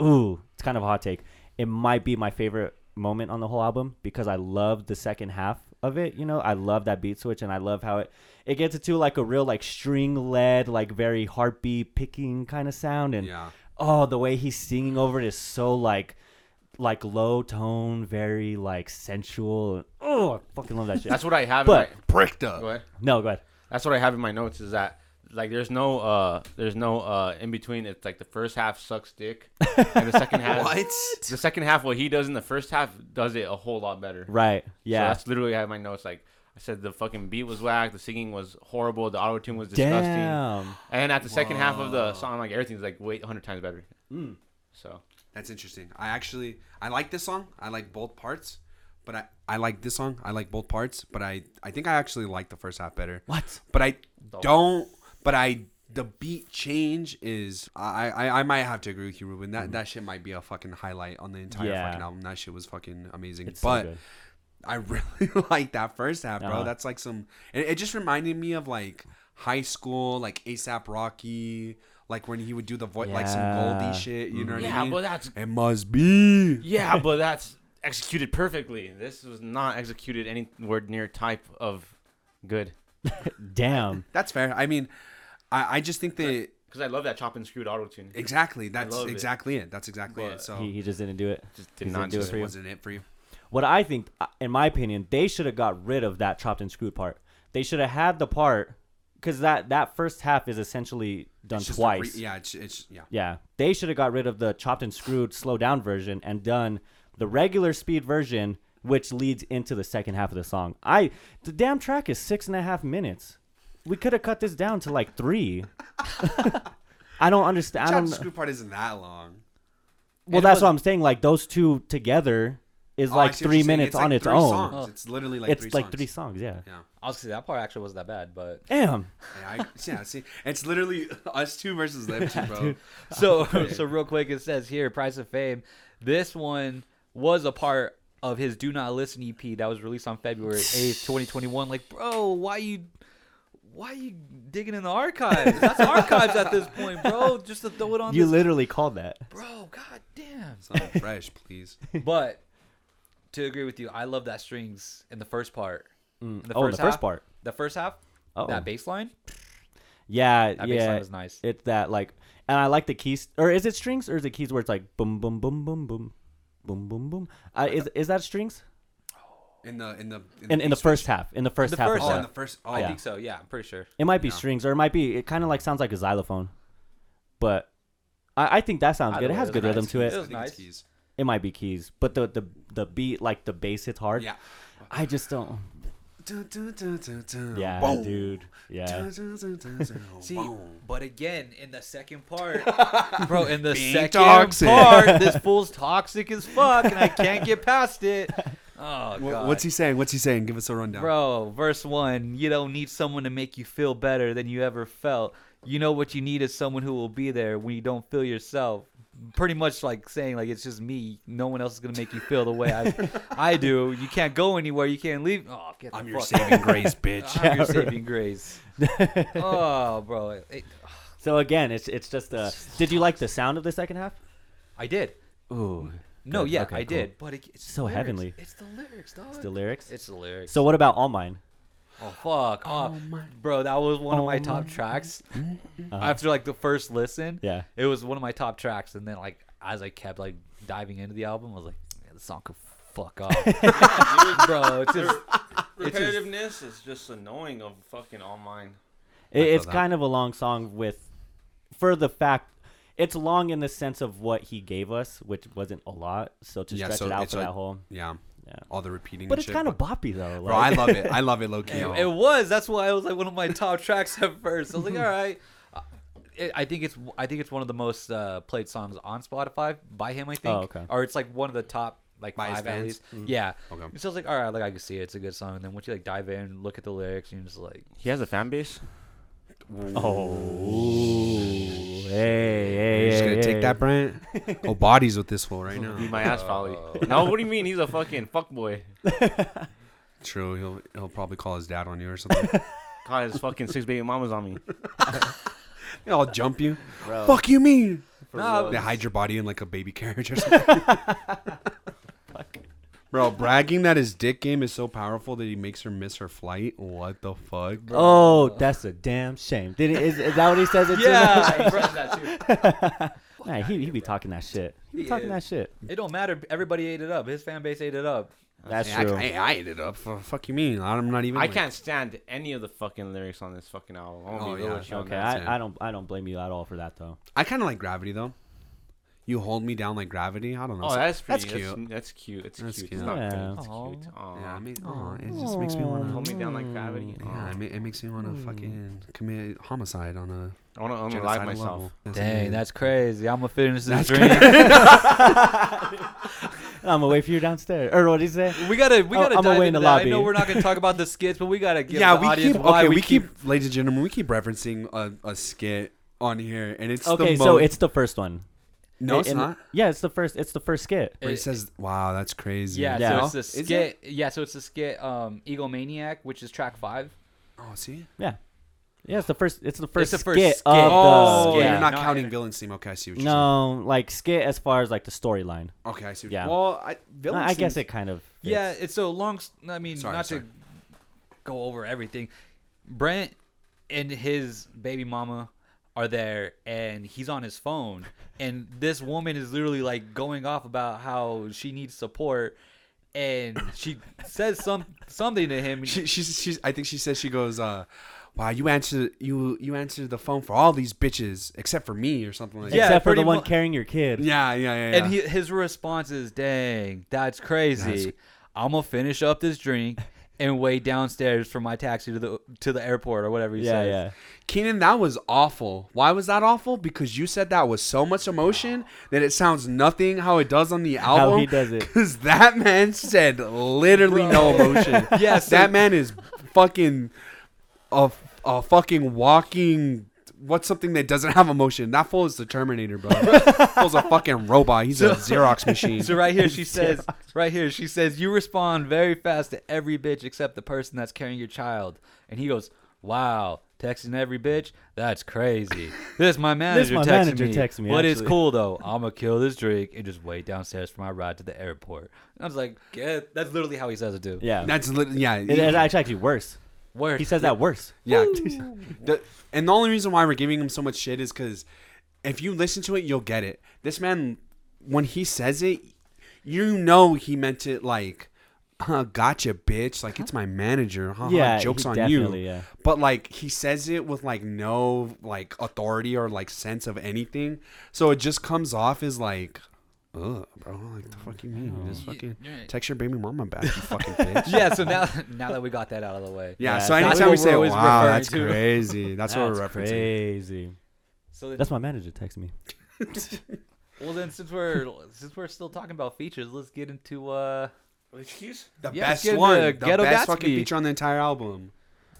ooh, it's kind of a hot take. It might be my favorite moment on the whole album because I love the second half of it. You know, I love that beat switch, and I love how it it gets into like a real like string led, like very heartbeat picking kind of sound, and
Yeah.
oh, the way he's singing over it is so like. Like low tone, very like sensual. Oh, I fucking love that shit.
That's what I have.
But-
in
Bricked
my,
up.
go ahead.
no, go ahead.
That's what I have in my notes is that like there's no uh there's no uh in between. It's like the first half sucks dick, and the second half.
What?
The second half, what he does in the first half, does it a whole lot better.
Right.
So
Yeah.
that's literally how my notes. Like I said, the fucking beat was whack. The singing was horrible. The auto tune was disgusting.
Damn.
And at the second half of the song, like everything's like wait, hundred times better. So
That's interesting. I actually I like this song. I like both parts, but I I like this song. I like both parts, but I I think I actually like the first half better.
What?
But I don't. But I the beat change is I I, I might have to agree with you, Ruben. That that shit might be a fucking highlight on the entire
Mm-hmm. Yeah.
fucking album. That shit was fucking amazing.
It's so
but
good.
I really like that first half, bro.
Uh-huh.
That's like some. It, it just reminded me of like high school, like ASAP Rocky, like when he would do the voice, like some
Yeah.
Goldie shit. You know what
yeah,
I mean?
but that's
It must be.
yeah, but that's executed perfectly. This was not executed anywhere near type of good.
Damn.
That's fair. I mean, I, I just think that
Because I love that chop and screwed auto tune.
exactly. That's
love it.
exactly it. That's exactly it.
But
So
He, he just didn't do it.
Just did
He
not
didn't do
do
it
it.
for you.
wasn't it for you?
What I think, uh, in my opinion, they should have got rid of that chopped and screwed part. They should have had the part because that that first half is essentially done
It's just a re-
twice. yeah.
yeah. It's, it's yeah.
They should have got rid of the chopped and screwed slow down version and done the regular speed version, which leads into the second half of the song. I the damn track is six and a half minutes. We could have cut this down to like three. I don't understand. I
Chop
don't.
the screw part isn't that long.
Well,
And it
that's what
was-
I'm saying. Like those two together is
Oh, I
like
see what
three
you're saying.
minutes
It's
on
like
its
three
own.
Oh.
songs. It's literally like
it's
three
like
songs.
three songs, yeah.
Yeah.
I was gonna say that part actually wasn't that bad, but
Damn.
Yeah, I, yeah, see, it's literally us two versus them two, bro.
so so real quick it says here price of fame this one was a part of his do not listen ep that was released on february 8th 2021 like bro why you why you digging in the archives that's archives at this point bro just to throw it on
You
this-
literally called that.
bro god damn
Something fresh, please.
but to agree with you i love that strings in the first part in
oh, in the first
half-
part.
the first half
Oh.
that bass line
Yeah,
that bass
yeah.
line was nice
It's that like, and I like the keys, or is it strings, or is it keys where it's like boom, boom, boom, boom, boom, boom, boom, boom? Uh, is is that strings?
In the in the
In in the first half, in the first
The
half,
first
of
Oh,
that.
in the first. Oh,
i
yeah.
think so yeah i'm pretty sure
it might be strings, or it might be. It kind of like sounds like a xylophone, but I, I think that sounds
Either
good. It
way,
has
it was
good
nice.
rhythm to
It
it.
was nice.
It might be keys, but the the the beat, like the bass, hits hard.
Yeah.
I just don't.
Dun, dun, dun, dun, dun.
Yeah,
Boom.
dude. Yeah.
Dun, dun, dun, dun, dun.
See,
Boom.
but again, in the second part, bro, in the
Being
second
toxic.
part, this fool's toxic as fuck, and I can't get past it. Oh
Wha-
god,
What's he saying? What's he saying? Give us a rundown.
bro? Verse one: You don't need someone to make you feel better than you ever felt. You know what you need is someone who will be there when you don't feel yourself. Pretty much like saying like it's just me. No one else is gonna make you feel the way I, I do. You can't go anywhere. You can't leave. Oh, get the
I'm your
fuck
saving grace, bitch.
I'm your saving grace. oh, bro, It-
So again, it's it's just uh Did you like the sound of the second half?
I did.
Ooh,
No,
Good.
yeah,
Okay,
I
cool.
did. But it, it's the
So
lyrics.
heavenly.
It's the lyrics, dog.
the lyrics.
It's the lyrics.
So what about all mine?
oh fuck, oh, bro, that was one of my top tracks. After like the first
Uh-huh.
listen,
Yeah.
it was one of my top tracks. And then like as I kept like diving into the album, I was like, man, the song could fuck off, bro. It's just it's just
Repetitiveness is just annoying of fucking all mine.
It,
feel
it's
that.
kind of a long song with, for the fact, it's long in the sense of what he gave us, which wasn't a lot. So to
Yeah,
stretch
so
it out
it's
for
like-
that whole,
Yeah.
Yeah.
All the repeating.
but
and
it's
shit,
kind of boppy though.
Bro, I
like-
love it. I love it, low key.
it, it was. That's why it was like one of my top tracks at first. I was like, all right. Uh, It, I think it's I think it's one of the most uh, played songs on Spotify by him. I
Oh,
think,
okay.
or it's like one of the top like
By his
five at
fans? Mm-hmm.
least. Yeah.
Okay.
So I was like, all right, like I can see it. it's a good song. And then once you like dive in, look at the lyrics, and you're just like,
He has a fan base.
Oh, hey, hey,
You're just
hey,
gonna
hey.
take that, Brent. Go bodies with this fool right now.
Beat my ass, probably. no, what do you mean? He's a fucking fuckboy.
True. He'll he'll probably call his dad on you or something.
Caught his fucking six baby mamas on me.
I'll jump you. Fuck you mean?
nah,
They hide your body in like a baby carriage or something. Bro, bragging that his dick game is so powerful that he makes her miss her flight. What the fuck?
Oh, that's a damn shame. Did it, is, is that what he says? It
yeah, I read that too.
To? Nah, he he be talking that shit. He be
He
talking that
is.
shit.
It don't matter. Everybody ate it up. His fan base ate it up.
That's
Hey, I,
true.
I, I ate it up. F- Fuck you mean? I'm not even.
I
like-
can't stand any of the fucking lyrics on this fucking album. I'm gonna
Oh,
be real
yeah.
with you on
Okay,
that.
that's
I, I
it.
don't I don't blame you at all for that though.
I kind of like gravity though. You hold me down like gravity. I don't know.
Oh, that's pretty. That's
cute.
cute. That's cute. It's
That's
cute.
cute.
It's not
Yeah.
cute. It's cute. Aw.
yeah, I mean, aw, it just makes me want to.
Hold me down like gravity. Aw.
Yeah, it, ma- it makes me want to fucking commit homicide on a
I want to unalive
genocidal
myself.
level. That's
Dang,
amazing.
that's crazy. I'm gonna finish
That's
this drink.
And I'm gonna wait for you downstairs. Or what did he say?
We gotta, we
Oh,
gotta
I'm
dive
away in
into
the
that. I
lobby.
know we're not gonna talk about the skits, but we gotta give
yeah,
the
we
audience
keep
why
okay.
we,
We keep, ladies and gentlemen, we keep referencing a, a skit on here, and it's
Okay,
The
so
mo-
it's the first one.
no, it's
And-
not.
Yeah, it's the first. It's the first skit.
Where he
It-
says, "Wow, that's crazy."
Yeah,
Yeah.
so
Is
it's the
it?
skit. Yeah, so it's the skit. Um, Egomaniac, which is track five.
Oh, see.
Yeah, yeah. It's the first. It's the first,
the first
skit,
skit.
of the.
Oh,
Oh,
yeah.
you're not
No,
counting
I-
villain steam. Okay, I see what you're
No, like skit as far as like the storyline.
saying. Okay, I see. What
Yeah.
You're, well, I, villain
I I guess it
Seam's-
kind of.
Yeah,
fits.
it's so long. s- I mean,
Sorry,
not
sorry.
to go over everything. Brent and his baby mama are there, and he's on his phone, and this woman is literally like going off about how she needs support, and she says some something to him.
She, she's, she's. I think she says she goes. uh Wow, you answer you you answer the phone for all these bitches except for me or something like that.
Yeah,
Except for the
pretty
one
mu-
carrying your kid.
Yeah, yeah, yeah, yeah.
And he, his response is, "Dang, that's crazy. I'm gonna finish up this drink and way downstairs from my taxi to the to the airport or whatever he
yeah,
says.
yeah.
Keenan, that was awful. Why was that awful? Because you said that with so much emotion that it sounds nothing how it does on the album.
he does it.
Because that man said literally no emotion.
Yes,
that man is fucking a, a fucking walking. What's something that doesn't have emotion? That fool is the Terminator, bro. That fool's a fucking robot. He's a Xerox machine.
So right here she says, right here she says, you respond very fast to every bitch except the person that's carrying your child. And he goes, wow, texting every bitch, that's crazy. This my manager
my
texting
manager
me.
texted me,
But it's
actually."
cool though. I'ma kill this drink and just wait downstairs for my ride to the airport. And I was like, yeah, that's literally how he says it too.
Yeah.
That's lit yeah.
It- it's actually actually worse.
Word.
He says that worse.
Yeah. The- and the only reason why we're giving him so much shit is because if you listen to it, you'll get it. This man, when he says it, you know he meant it like, uh, gotcha, bitch. Like, it's my manager. Huh?
Yeah,
Uh-huh, Joke's
he
on you.
definitely, yeah.
But, like, he says it with, like, no, like, authority or, like, sense of anything. So it just comes off as, like, ugh, bro. Like, the fuck you mean? You just fucking text your baby mama back, you fucking bitch.
yeah, so now now that we got that out of the way.
Yeah,
Yeah,
so
so that's
anytime
what
we
we're
say,
always
wow,
referring
that's
to.
crazy. That's, what we're referencing.
crazy.
So then-
That's my manager texting me.
well then since we're since we're still talking about features, let's get into uh
Excuse?
The
Yeah, let's
best
get
one.
the
The
Ghetto
best
Gatsby.
fucking feature on the entire album.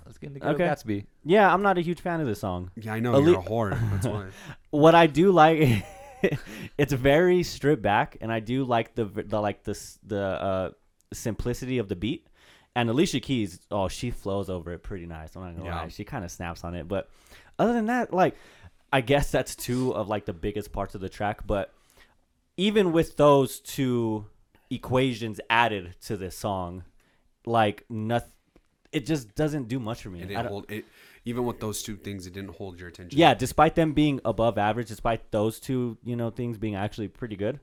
let's get into Ghetto
Okay.
Gatsby.
Yeah, I'm not a huge fan of this song.
Yeah, I know.
Elite-
You're a whore. That's why.
What I do like, it's very stripped back, and I do like the the like the s- the uh, simplicity of the beat. And Alicia Keys, oh, she flows over it pretty nice. I'm not gonna
Yeah.
lie, she kind of snaps on it. But other than that, like, I guess that's two of like the biggest parts of the track. But even with those two equations added to this song, like nothing, it just doesn't do much for me.
It
I
didn't
don't-
hold it. Even with those two things, it didn't hold your attention.
yeah, despite them being above average, despite those two, you know, things being actually pretty good,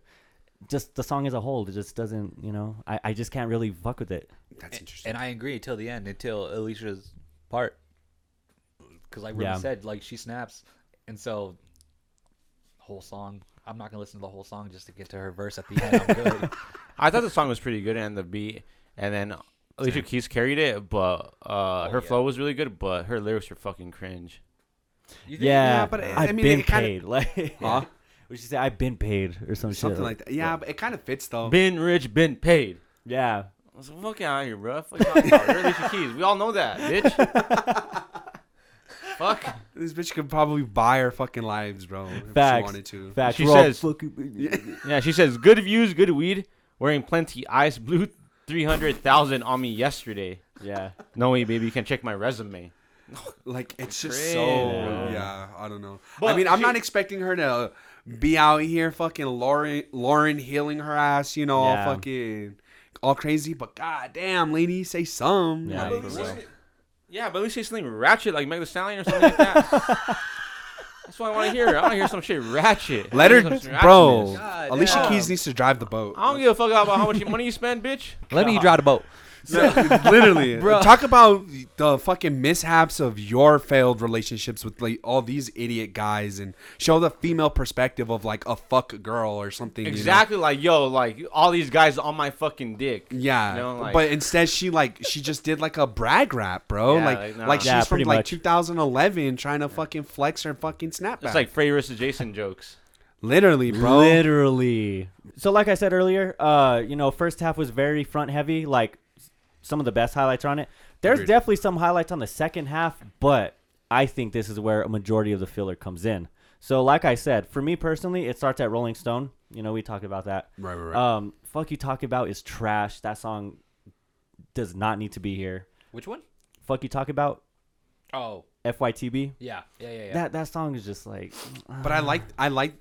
just the song as a whole, it just doesn't, you know, I, I just can't really fuck with it.
that's interesting.
and I agree till the end, until Alicia's part, because like Ruben
Yeah.
said, like she snaps, and so whole song. I'm not gonna listen to the whole song just to get to her verse at the end. I'm good.
I thought the song was pretty good and the beat, and then Alicia Keys carried it, but uh, her
yeah.
flow was really good, but her lyrics were fucking cringe.
You think-
yeah,
yeah, but I- I
I've
mean,
been
it kinda-
paid. Like,
Huh?
would you say I've been paid or some shit?
Something like that. Yeah, but it kind of fits though.
Been rich, been paid.
Yeah,
Oh. I was like, fuck out here, bro. Fuck out here. You're Alicia Keys. We all know that, bitch. fuck.
This bitch could probably buy her fucking lives, bro. If she
facts.
wanted to.
Facts.
She
We're all
says-
fucking-
Yeah, she says, good views, good weed, wearing plenty ice, blew 300,000 on me yesterday.
yeah.
No way, baby. You can check my resume.
Like it's just
Crazy,
so.
bro.
Yeah, I don't know. I
But
mean, I'm
she-
not expecting her to be out here fucking Lauren Lauren healing her ass. You know,
Yeah.
all fucking all crazy. But goddamn, lady, say some.
Yeah,
Like,
for
bro.
real.
Yeah, but at least say something ratchet like Meg Thee Stallion or something like that. That's what I want to hear. I want to hear some shit ratchet. I wanna
Letter,
hear some
bro.
ratchetness.
God
Alicia
damn.
Keys needs to drive the boat.
I don't give a fuck about how much money you spend, bitch.
Let me drive the boat.
Literally,
Bro.
Talk about the fucking mishaps of your failed relationships with like all these idiot guys, and show the female perspective of like a fuck girl or something. you know?
Exactly like yo, like all these guys on my fucking dick.
Yeah,
You know, like-
but instead she like she just did like a brag rap, bro.
Yeah,
like
like,
like,
nah.
she's
Yeah,
from
pretty
like
much.
2011 trying to fucking flex her fucking snapback.
It's like Frey versus Jason jokes.
literally, bro.
Literally. So, like I said earlier, uh, you know, first half was very front heavy. Like s- some of the best highlights are on it. There's
Agreed.
definitely some highlights on the second half, but I think this is where a majority of the filler comes in. So, like I said, for me personally, it starts at Rolling Stone. You know, we talked about that.
Right, right, right.
Um, fuck you talk about is trash. That song does not need to be here.
Which one?
Fuck you talk about
Oh
FYTB.
yeah, yeah, yeah, yeah.
That that song is just like
But I like I like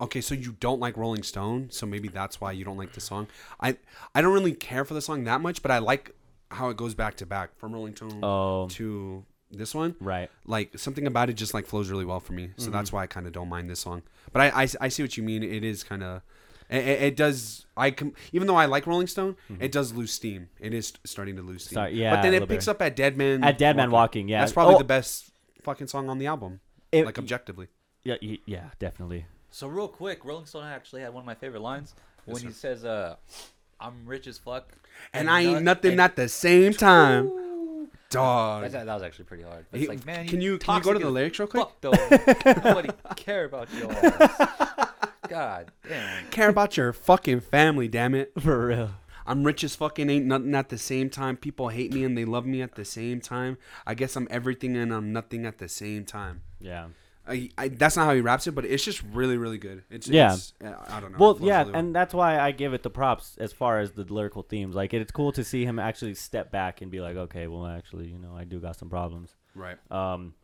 Okay, so you don't like Rolling Stone, so maybe that's why you don't like the song. I I don't really care for the song that much, but I like how it goes back to back from Rolling Stone
Oh.
to this one.
right. Mm-hmm.
Like something about it just like flows really well for me, so that's why I kind of don't mind this song. But I, I I see what you mean. It is kind of it, it it does. I com- even though I like Rolling Stone, it does lose steam. It is starting to lose steam.
Mm-hmm. Sorry, yeah,
but
a
then
little
it picks
bit.
up at Dead Man.
At Dead Man Walking, yeah.
that's probably
Oh.
the best fucking song on the album.
It-
like objectively,
Yeah, y- yeah, definitely.
So real quick, Rolling Stone actually had one of my favorite lines when he says, "Uh, I'm rich as fuck.
and I ain't
not-
nothing
and-
at the same time, dog.
That's, that was actually pretty hard.
It's
He-
like, man,
can
you
you can you go to
toxic
the
as
lyrics real quick?
Fuck though. Nobody care about you. all. God damn.
Care about your fucking family, damn it.
For real.
I'm rich as fucking ain't nothing at the same time. People hate me and they love me at the same time. I guess I'm everything and I'm nothing at the same time.
Yeah.
I, I, that's not how he raps it, but it's just really, really good. It's
Yeah.
It's, uh, I I don't know. it
Well,
flows
yeah,
really well.
and that's why I give it the props as far as the lyrical themes. Like, it's cool to see him actually step back and be like, okay, well, actually, you know, I do got some problems.
right.
Um,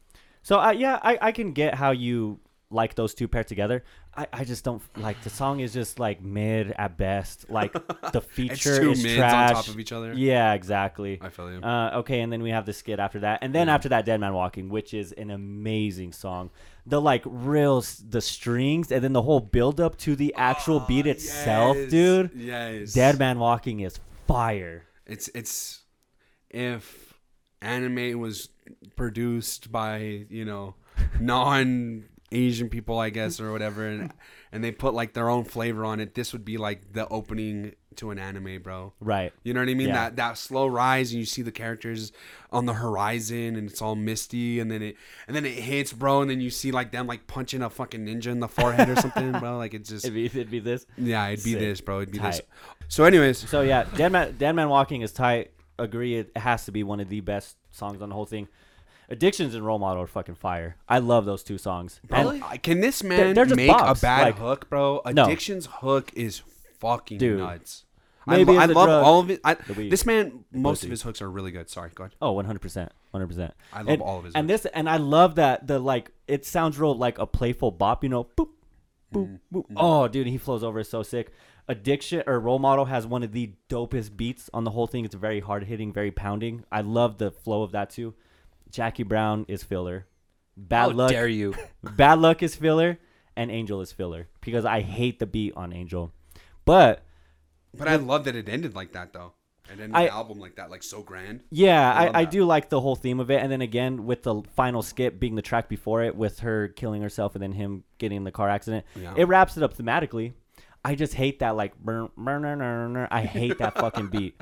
so I, yeah, I, I can get how you like those two paired together. I, I just don't like the song is just like mid at best. Like the feature
two
is
mids on
trash.
top of each other.
Yeah, exactly.
I feel you.
Uh, okay, and then we have the skit after that, and then after that, Dead Man Walking, which is an amazing song. The like real s- the strings, and then the whole build up to the actual beat itself,
Yes,
dude.
Yes.
Dead Man Walking is fire.
It's it's if anime was produced by you know non Asian people, I guess, or whatever, and and they put like their own flavor on it. This would be like the opening to an anime, bro.
Right.
You know what I mean?
Yeah.
That that slow rise, and you see the characters on the horizon, and it's all misty, and then it and then it hits, bro, and then you see like them like punching a fucking ninja in the forehead or something, bro. Like it's just
It'd be, it'd be this.
yeah, it'd be
sick.
this, bro. It'd be this.
Tight.
So, anyways,
So yeah, Dead Man, Dead Man Walking is tight. Agree, it has to be one of the best songs on the whole thing. Addictions and Role Model are fucking fire. I love those two songs. And-
Bro, I- can this man
they're just
make
bops,
a bad
like-
hook, bro?
No.
Addiction's hook is fucking
Dude.
nuts.
Maybe
I, lo-
it's
I
the
love
drugs,
all of it. I,
the weed,
this man, most
pussy.
of his hooks are really good. Sorry, go ahead.
Oh, 100%. 100%.
I love
and,
all of his
And this and I love that the like it sounds real like a playful bop, you know. Boop
Mm-hmm.
boop boop. Oh, dude, he flows over so sick. Addiction or Role Model has one of the dopest beats on the whole thing. It's very hard hitting, very pounding. I love the flow of that too. Jackie Brown is filler. Bad
How
luck
dare you?
Bad Luck is filler and Angel is filler because I hate the beat on Angel. But
But I love that it ended like that, though. It ended
I-
the album like that, like so grand.
yeah,
I love
I, I
that.
do like the whole theme of it. And then again, with the final skip being the track before it, with her killing herself and then him getting in the car accident,
Yeah.
it wraps it up thematically. I just hate that like burn, burn, burn, burn, burn. I hate that fucking beat.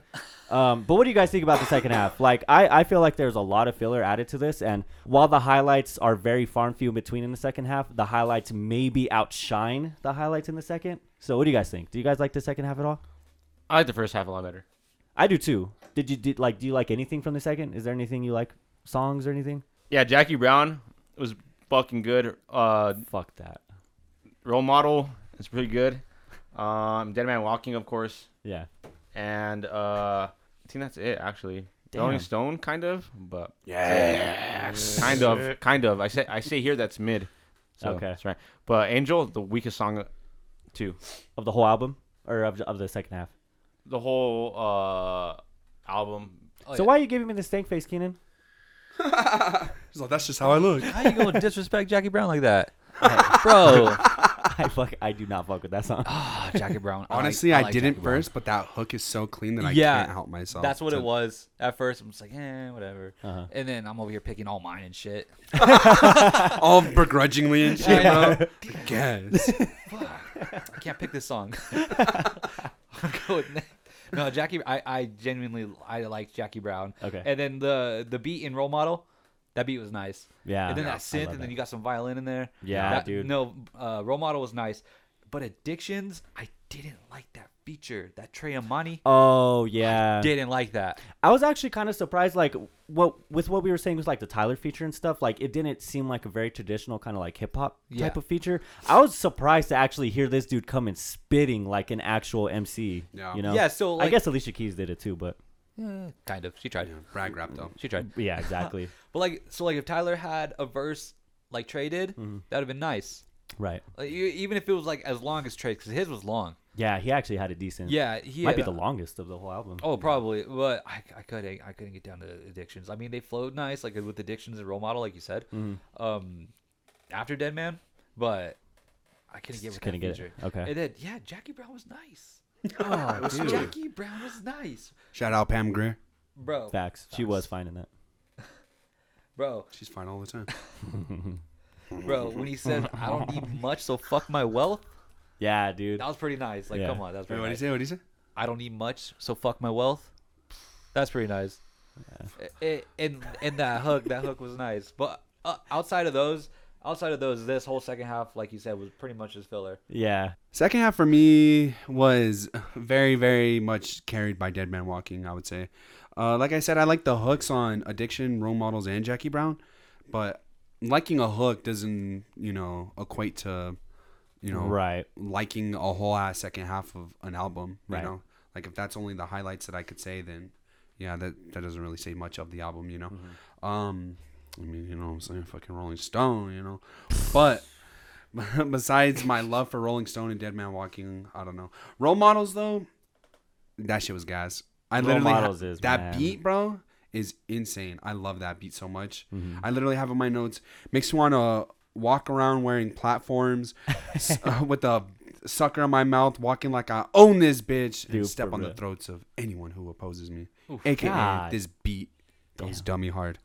Um, but what do you guys think about the second half? Like, I, I feel like there's a lot of filler added to this, and while the highlights are very far and few in between in the second half, the highlights maybe outshine the highlights in the second. So, what do you guys think? Do you guys like the second half at all?
I like the first half a lot better.
I do too. Did you did like? Do you like anything from the second? Is there anything you like? Songs or anything?
Yeah, Jackie Brown was fucking good. Uh,
Fuck that.
role model is pretty good. Um, Dead Man Walking, of course,
Yeah.
and uh, I think that's it actually.
Damn.
Rolling Stone, kind of, but
Yeah.
kind of, kind of. I say, I say here that's mid. So,
Okay.
that's right. But Angel, the weakest song, too.
Of the whole album or of of the second half.
The whole uh album.
Oh,
so
yeah.
why are you giving me the stank face, Keenan?
He's like, that's just how I look.
How you gonna disrespect Jackie Brown like that, bro?
I fuck. I do not fuck with that song.
Ah, Jackie Brown. I like-
Honestly,
I
I,
like
didn't
Jackie Brown.
first, but that hook is so clean that I
Yeah.
can't help myself.
That's what
to-
it was at first. I'm just like, eh, whatever.
Uh-huh.
And then I'm over here picking all mine and shit.
All begrudgingly and shit,
Yeah.
bro. I guess.
I can't pick this song. I'll go with next. No, Jackie. I, I genuinely I like Jackie Brown.
Okay.
And then the the beat in Role Model, that beat was nice.
Yeah.
And then
Yeah, I
that synth,
love
and then
that.
you got some violin in there.
Yeah,
That-
dude.
No, uh, Role Model was nice, but Addictions, I didn't like that feature. That Trey Amani
Oh yeah.
didn't like that.
I was actually kind of surprised, like what with what we were saying was like the Tyler feature and stuff. Like it didn't seem like a very traditional kind of like hip hop
Yeah.
type of feature. I was surprised to actually hear this dude come and spitting like an actual MC.
Yeah.
You know.
Yeah, so,
I
like-
guess Alicia Keys did it too, but
Eh, kind of. She tried.
Rag rap, though.
She tried.
yeah, exactly.
But like, so like, if Tyler had a verse like Trey did,
Mm-hmm.
that would have been nice.
right.
Like, e- even if it was like as long as Trey's, because his was long.
Yeah, he actually had a decent.
Yeah, he
might be
had-
the longest of the whole album.
Oh, probably, but I, I couldn't I couldn't get down to addictions. I mean, they flowed nice, like with addictions and role model, like you said.
Mm-hmm.
Um, after Dead Man, but I couldn't get with
couldn't
that
get it.
feature.
Okay.
And then yeah, Jackie Brown was nice.
Oh,
Jackie Brown was nice,
Shout out Pam Grier.
bro.
Facts. She was fine in that.
Bro,
She's fine all the time.
bro. When he said I don't need much, so fuck my wealth,
Yeah, dude.
that was pretty nice. Like,
Yeah.
come on, that was
Wait,
pretty
what do you
nice.
say? What do you say?
I don't need much, so fuck my wealth. That's pretty nice. I- I- and and that hook, that hook was nice. But uh, outside of those, outside of those, this whole second half, like you said, was pretty much just filler.
Yeah.
Second half for me was very, very much carried by Dead Man Walking, I would say. Uh, like I said, I like the hooks on Addiction, Role Models, and Jackie Brown, but liking a hook doesn't, you know, equate to, you know,
Right.
liking a whole ass second half of an album, you
Right.
know? Like if that's only the highlights that I could say, then yeah, that, that doesn't really say much of the album, you know?
Mm-hmm.
Um, I mean, you know what I'm saying? Fucking Rolling Stone, you know? But besides my love for Rolling Stone and Dead Man Walking, I don't know. Role Models though, that shit was gas. I
Role
literally ha-
Models is,
that
man.
beat, bro, is insane. I love that beat so much.
Mm-hmm.
I literally have in my notes makes me want to walk around wearing platforms s- uh, with a sucker in my mouth, walking like I own this bitch, and
Dude,
step
for
on the
real.
throats of anyone who opposes me. AKA
God.
this beat goes dummy hard.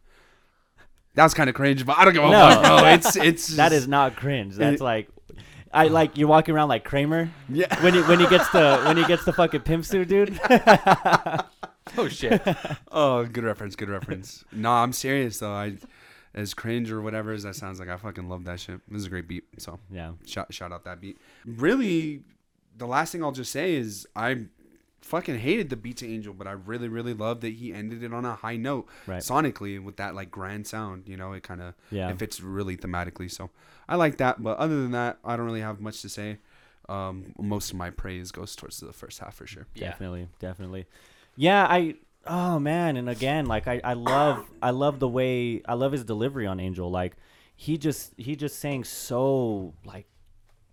That was kind of cringe, but I don't give a fuck, bro. It's it's
That
just-
is not cringe. That's like, I like you're walking around like Kramer.
Yeah.
When he when he gets the when he gets the fucking pimp suit, dude.
Oh shit!
Oh, good reference, good reference. no, I'm serious though. I as cringe or whatever as that sounds like, I fucking love that shit. This is a great beat. So
yeah.
shout shout out that beat. Really, the last thing I'll just say is I fucking hated the beat to Angel, but I really really love that he ended it on a high note
Right.
sonically with that like grand sound. You know, it kind of
Yeah.
it fits really thematically. So I like that. But other than that, I don't really have much to say. Um, most of my praise goes towards the first half for sure.
definitely definitely yeah i oh man and again like I, I love i love the way i love his delivery on angel like he just he just sang so like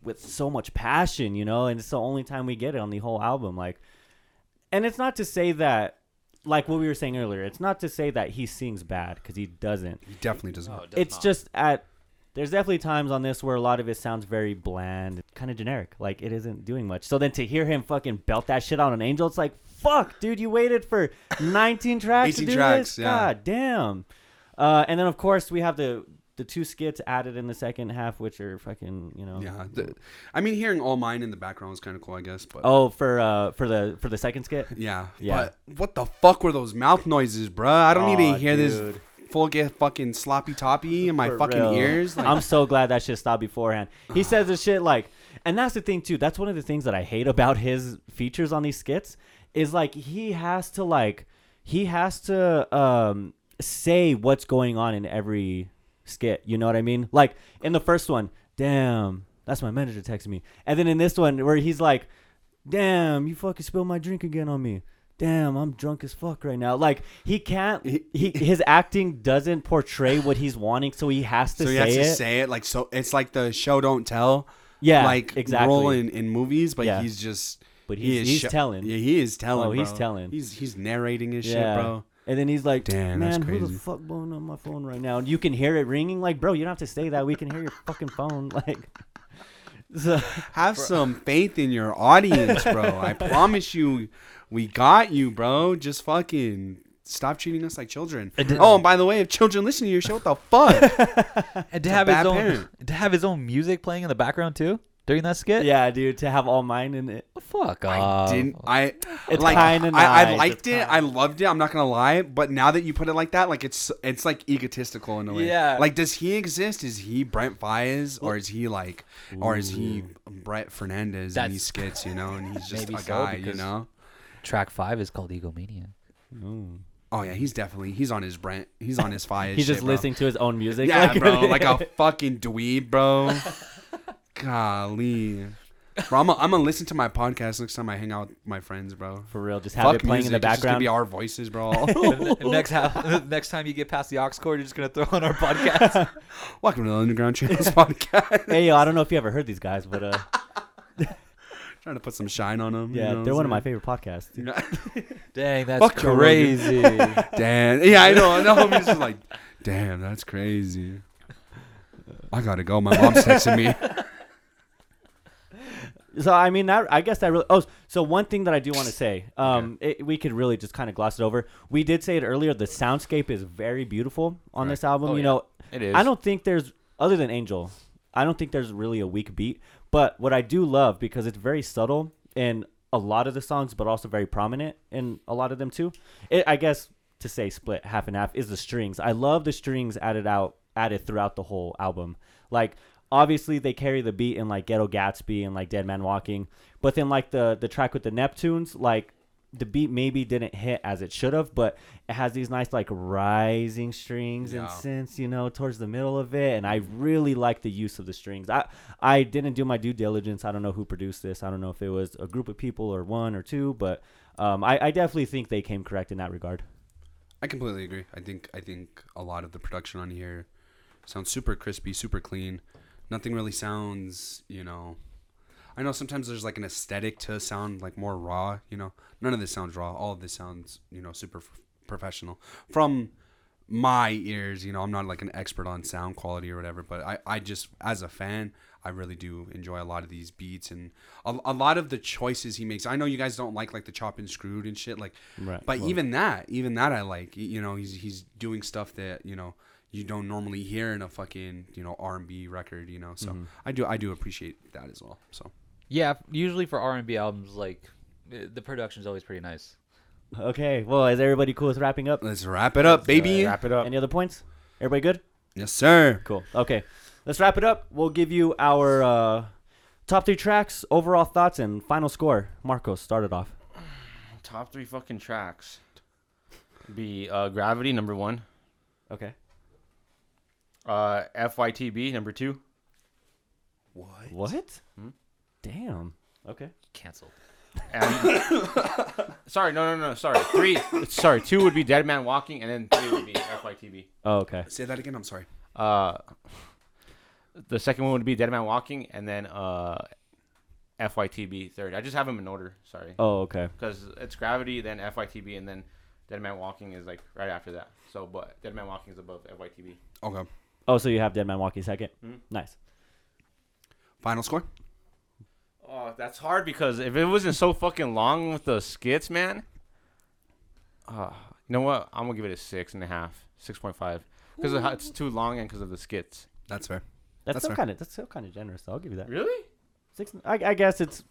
with so much passion you know and it's the only time we get it on the whole album like and it's not to say that like what we were saying earlier it's not to say that he sings bad because he doesn't
He definitely does not.
it's just at there's definitely times on this where a lot of it sounds very bland, kind of generic. Like it isn't doing much. So then to hear him fucking belt that shit on an angel, it's like, fuck, dude, you waited for 19 tracks
18
to do
tracks,
this.
yeah.
God damn. Uh, and then of course we have the the two skits added in the second half, which are fucking, you know.
Yeah, the, I mean, hearing all mine in the background was kind of cool, I guess. But
Oh, for uh for the for the second skit.
yeah,
Yeah.
But what the fuck were those mouth noises, bruh? I don't need
Aw,
to hear this
dude.
full get fucking sloppy toppy in my
For
fucking
real.
ears. Like,
I'm so glad that shit stopped beforehand. He says this shit like, and that's the thing too. That's one of the things that I hate about his features on these skits is like he has to like he has to um say what's going on in every skit. You know what I mean? Like in the first one, damn, that's my manager texting me, and then in this one where he's like, damn, you fucking spilled my drink again on me. Damn, I'm drunk as fuck right now. Like he can't, he his acting doesn't portray what he's wanting, so he has to
so he
say
has to
it.
say it like so. It's like the show don't tell.
Yeah,
like
exactly.
role in, in movies, but
Yeah.
he's just.
But
he
he's-
is
he's telling.
Yeah, he is telling.
Oh, he's
bro.
telling.
He's he's narrating his
yeah.
shit, bro.
And then he's like,
Damn, that's
"Man, who the
crazy.
fuck blowing up my phone right now?" And you can hear it ringing. Like, bro, you don't have to say that. We can hear your fucking phone. Like, so,
Have some faith in your audience, bro. I promise you, we got you, bro. Just fucking stop treating us like children. Oh, and by the way, if children listen to your show, what the fuck?
And to have
bad
his own
parent.
to have his own music playing in the background too during that skit.
yeah, dude, to have all mine in it.
Fuck
I
off.
didn't. I
It's
like.
kinda
I, I
nice,
liked
it's
it.
kinda-
I loved it. I'm not gonna lie. But now that you put it like that, like it's it's like egotistical in a way.
Yeah.
Like, does he exist? Is he Brent Fires, or is he like, or is he Brett Fernandez? and he
That's-
skits, you know, and he's just
Maybe
a
so,
guy, you
because-
know.
Track five is called Egomania.
Oh yeah, he's definitely he's on his Brent. He's on his fire.
He's just
shit, bro.
listening to his own music.
Yeah, bro, like a fucking dweeb, bro. Golly, bro, I'm gonna I'm gonna listen to my podcast next time I hang out with my friends, bro.
for real. Just have it playing in the
music, it's just gonna
background.
be our voices, bro.
next how, next time you get past the aux cord, you're just gonna throw on our podcast.
Welcome to the Underground Channels podcast.
hey, yo, I don't know if you ever heard these guys, but uh,
Trying to put some shine on them.
yeah, they're one of my favorite podcasts. dude.
Dang, that's
Fuck Joe Rogan.
crazy.
Damn. Yeah, I know. I know. I'm just like, damn, that's crazy. I gotta go. My mom's texting me.
So I mean, that I guess that really. Oh, so one thing that I do want to say, um, it, we could really just kind of gloss it over. We did say it earlier. The soundscape is very beautiful on this
Oh,
album. you know,
It is.
I don't think there's other than Angel. I don't think there's really a weak beat. But what I do love because it's very subtle and a lot of the songs, but also very prominent in a lot of them too. It, I guess to say split half and half is the strings. I love the strings added out added throughout the whole album. Like obviously they carry the beat in like Ghetto Gatsby and like Dead Man Walking, but then like the the track with the Neptunes, like the beat maybe didn't hit as it should have, but it has these nice like rising strings and synths, you know, towards the middle of it. And I really like the use of the strings. I I didn't do my due diligence. I don't know who produced this. I don't know if it was a group of people or one or two, but um, I, I definitely think they came correct in that regard.
I completely agree. I think I think a lot of the production on here sounds super crispy, super clean. Nothing really sounds, you know. I know sometimes there's like an aesthetic to sound like more raw, you know. None of this sounds raw. All of this sounds, you know, super f- professional from my ears. You know, I'm not like an expert on sound quality or whatever, but I, I just as a fan, I really do enjoy a lot of these beats and a, a lot of the choices he makes. I know you guys don't like like the chop and screwed and shit, like,
Right.
but even that, even that I like. Y- You know, he's he's doing stuff that you know you don't normally hear in a fucking you know R and B record. You know, so I do I do appreciate that as well. So
Yeah, usually for R and B albums, like eh, the production's always pretty nice.
Okay. Well, is everybody cool with wrapping up?
let's uh, wrap it up, baby.
Wrap it up.
Any other points? Everybody good?
yes, sir.
Cool. Okay. Let's wrap it up. We'll give you our uh, top three tracks, overall thoughts, and final score. Marcos, start it off.
Top three fucking tracks. Be uh, Gravity number one.
Okay.
Uh, FYTB number two.
What? Damn. Okay.
Cancelled.
And sorry, no, no, no, sorry. Three, sorry, two would be Dead Man Walking, and then three would be FYTB.
Oh, okay.
Say that again. I'm sorry.
Uh, the second one would be Dead Man Walking, and then uh, FYTB third. I just have them in order. Sorry,
Oh, okay.
because it's Gravity, then FYTB, and then Dead Man Walking is like right after that. So, but Dead Man Walking is above FYTB.
Okay.
Oh, so you have Dead Man Walking 2nd Nice.
Final score.
Oh, that's hard because if it wasn't so fucking long with the skits, man. Uh, you know what? I'm gonna give it a six and a half, six point five, because it's too long and because of the skits.
That's fair.
That's,
That's
still
fair.
kind of that's still kind of generous. Though. I'll give you that.
Really?
Six. I, I guess it's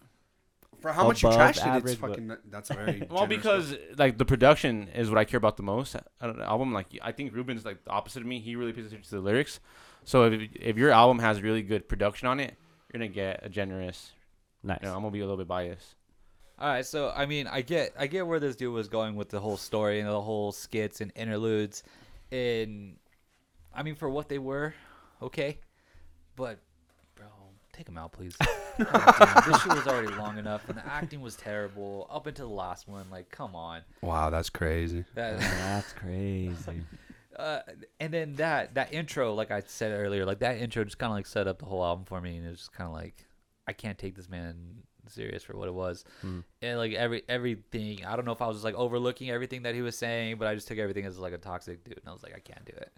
For how much you
Above
trashed it,
average,
it's fucking. That's very. generous.
Well, because like the production is what I care about the most. I don't know, album like I think Ruben's like the opposite of me. He really pays attention to the lyrics. So if if your album has really good production on it, you're gonna get a generous.
nice.
You know, I'm gonna be a little bit biased.
All right, so I mean, I get, I get where this dude was going with the whole story and the whole skits and interludes, and I mean, for what they were, okay, but bro, take them out, please. God damn, this shit was already long enough, and the acting was terrible up until the last one. Like, come on,
Wow, that's crazy.
that,
That's crazy.
uh, and then that that intro, like I said earlier, like that intro just kind of like set up the whole album for me, and it's just kind of like I can't take this man serious for what it was, and like every everything. I don't know if I was just like overlooking everything that he was saying, but I just took everything as like a toxic dude, and I was like, I can't do it.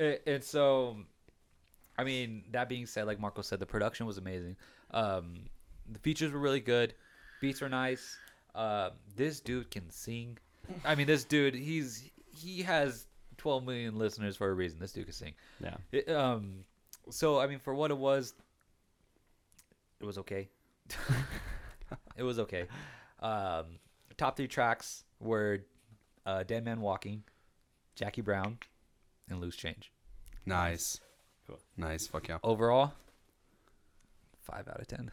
A- and so, I mean, that being said, like Marco said, the production was amazing. Um, the features were really good, beats were nice. Uh, this dude can sing. I mean, this dude, he's he has 12 million listeners for a reason. This dude can sing.
Yeah.
It- um, so I mean, for what it was, it was okay. it was okay. Um, top three tracks were uh, "Dead Man Walking," "Jackie Brown," and "Loose Change."
Nice. Nice. Fuck yeah.
Overall, five out of ten.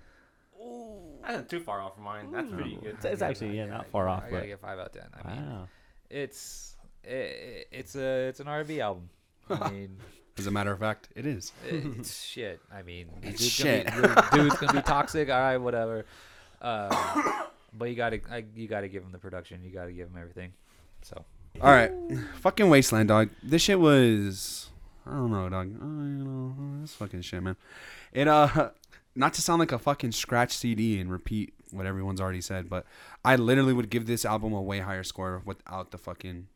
That isn't too far off from mine. That's pretty good.
It's, it's actually yeah, not far off.
I gotta
But
get five out of ten. I mean,
wow.
it's it, it's a it's an R&B album. I mean,
As a matter of fact, it is.
it's shit. I mean,
It's
dude's gonna be- dude- dude's gonna be toxic. All right, whatever. Uh, but you gotta, I, you gotta give him the production. You gotta give him everything. So
All right, fucking wasteland, dog. This shit was. I don't know, dog. I don't know. This fucking shit, man. It uh, not to sound like a fucking scratch CD and repeat what everyone's already said, but I literally would give this album a way higher score without the fucking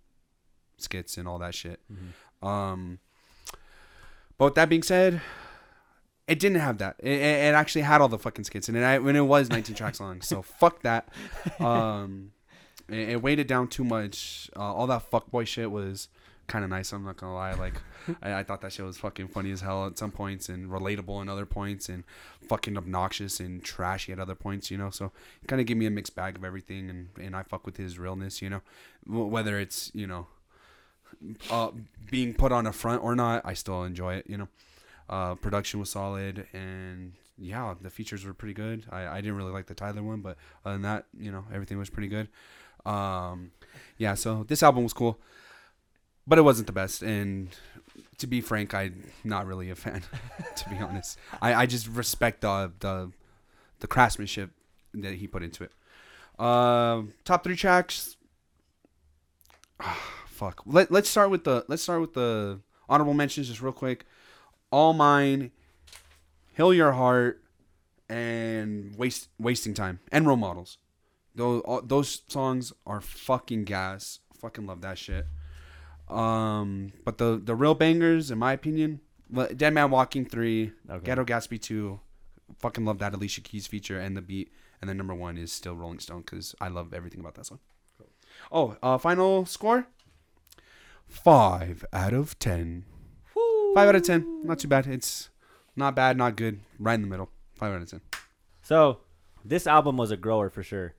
skits and all that shit. Um, but with that being said, it didn't have that. It, it, it actually had all the fucking skits, and it I- when it was 19 tracks long, so fuck that. Um. It, it weighed it down too much. Uh, all that fuckboy shit was kind of nice. I'm not gonna lie. Like, I, I thought that shit was fucking funny as hell at some points, and relatable in other points, and fucking obnoxious and trashy at other points. You know, so it kind of gave me a mixed bag of everything, and and I fuck with his realness. You know, Wh- whether it's you know, uh, being put on a front or not, I still enjoy it. You know, uh, production was solid, and yeah, the features were pretty good. I, I didn't really like the Tyler one, but other than that, you know, everything was pretty good. Um, yeah, so this album was cool, but it wasn't the best. And to be frank, I'm not really a fan, to
Mm-hmm.
be honest. I, I just respect the, the the craftsmanship that he put into it. Um, top three tracks. Ah, fuck. Let Let's start with the Let's start with the honorable mentions just real quick. All mine, heal your heart, and waste wasting time and role models. Those all, those songs are fucking gas. Fucking love that shit. Um, but the the real bangers, in my opinion, Le- Dead Man Walking three,
Okay.
Ghetto Gatsby two. Fucking love that Alicia Keys feature and the beat. And then number one is still Rolling Stone because I love everything about that song. Oh, uh, final score. Five out of ten. Five out of ten. Not too bad. It's not bad, not good. Right in the middle. Five out of ten.
So this album was a grower for sure.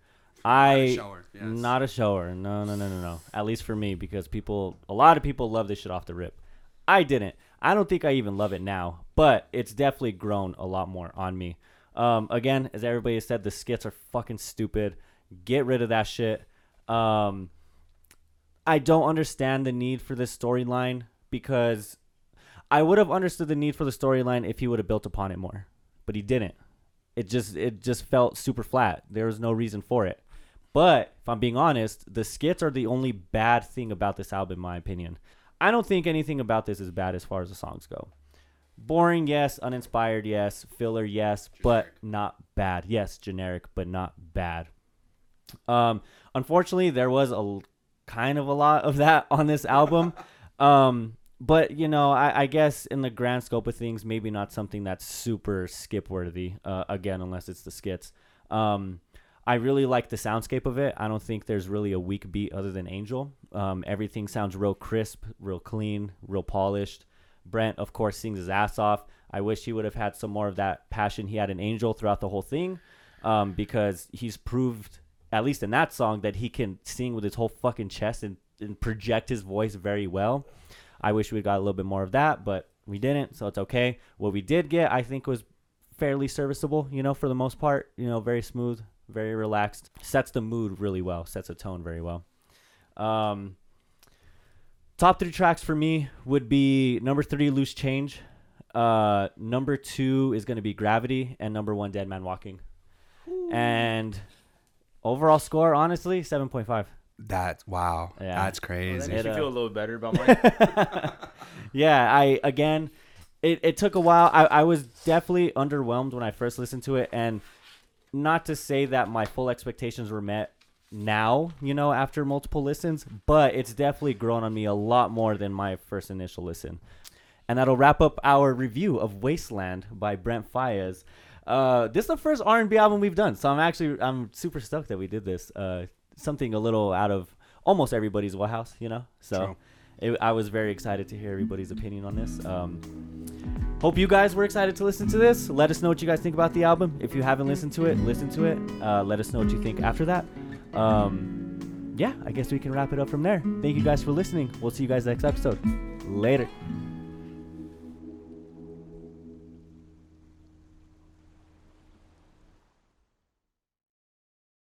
I
shower, yes.
not a shower. No, no, no, no, no. At least for me, because people, a lot of people love this shit off the rip. I didn't. I don't think I even love it now, but it's definitely grown a lot more on me. Um, again, as everybody has said, the skits are fucking stupid. Get rid of that shit. Um, I don't understand the need for this storyline because I would have understood the need for the storyline if he would have built upon it more, but he didn't. It just it just felt super flat. There was no reason for it. But if I'm being honest, the skits are the only bad thing about this album, in my opinion. I don't think anything about this is bad as far as the songs go. Boring, yes. Uninspired, yes. Filler, yes. But not bad. Yes, generic, but not bad. Um, unfortunately, there was a l- kind of a lot of that on this album. um, but you know, I, I guess in the grand scope of things, maybe not something that's super skip worthy. Uh, again, unless it's the skits. Um, I really like the soundscape of it. I don't think there's really a weak beat other than Angel. Um, everything sounds real crisp, real clean, real polished. Brent, of course, sings his ass off. I wish he would have had some more of that passion he had in Angel throughout the whole thing, um, because he's proved, at least in that song, that he can sing with his whole fucking chest and, and project his voice very well. I wish we got a little bit more of that, but we didn't, so it's okay. What we did get, I think, was fairly serviceable, you know, for the most part. You know, very smooth, very relaxed. Sets the mood really well, sets a tone very well. Um, top three tracks for me would be number three, Loose Change. Uh, number two is going to be Gravity, and number one, Dead Man Walking. And overall score, honestly, 7.5.
That wow.
Yeah.
That's crazy.
It,
Makes you
uh,
feel a little better about mine.
yeah, I again, it, it took a while. I, I was definitely underwhelmed when I first listened to it, and not to say that my full expectations were met now, you know, after multiple listens, but it's definitely grown on me a lot more than my first initial listen. And that'll wrap up our review of Wasteland by Brent Fayez. Uh, this is the first R&B album we've done, so I'm actually I'm super stoked that we did this. Uh, something a little out of almost everybody's wheelhouse, you know. So, it, I was very excited to hear everybody's opinion on this. Um, Hope you guys were excited to listen to this. Let us know what you guys think about the album. If you haven't listened to it, listen to it. Uh, let us know what you think after that. Um, yeah, I guess we can wrap it up from there. Thank you guys for listening. We'll see you guys next episode. Later.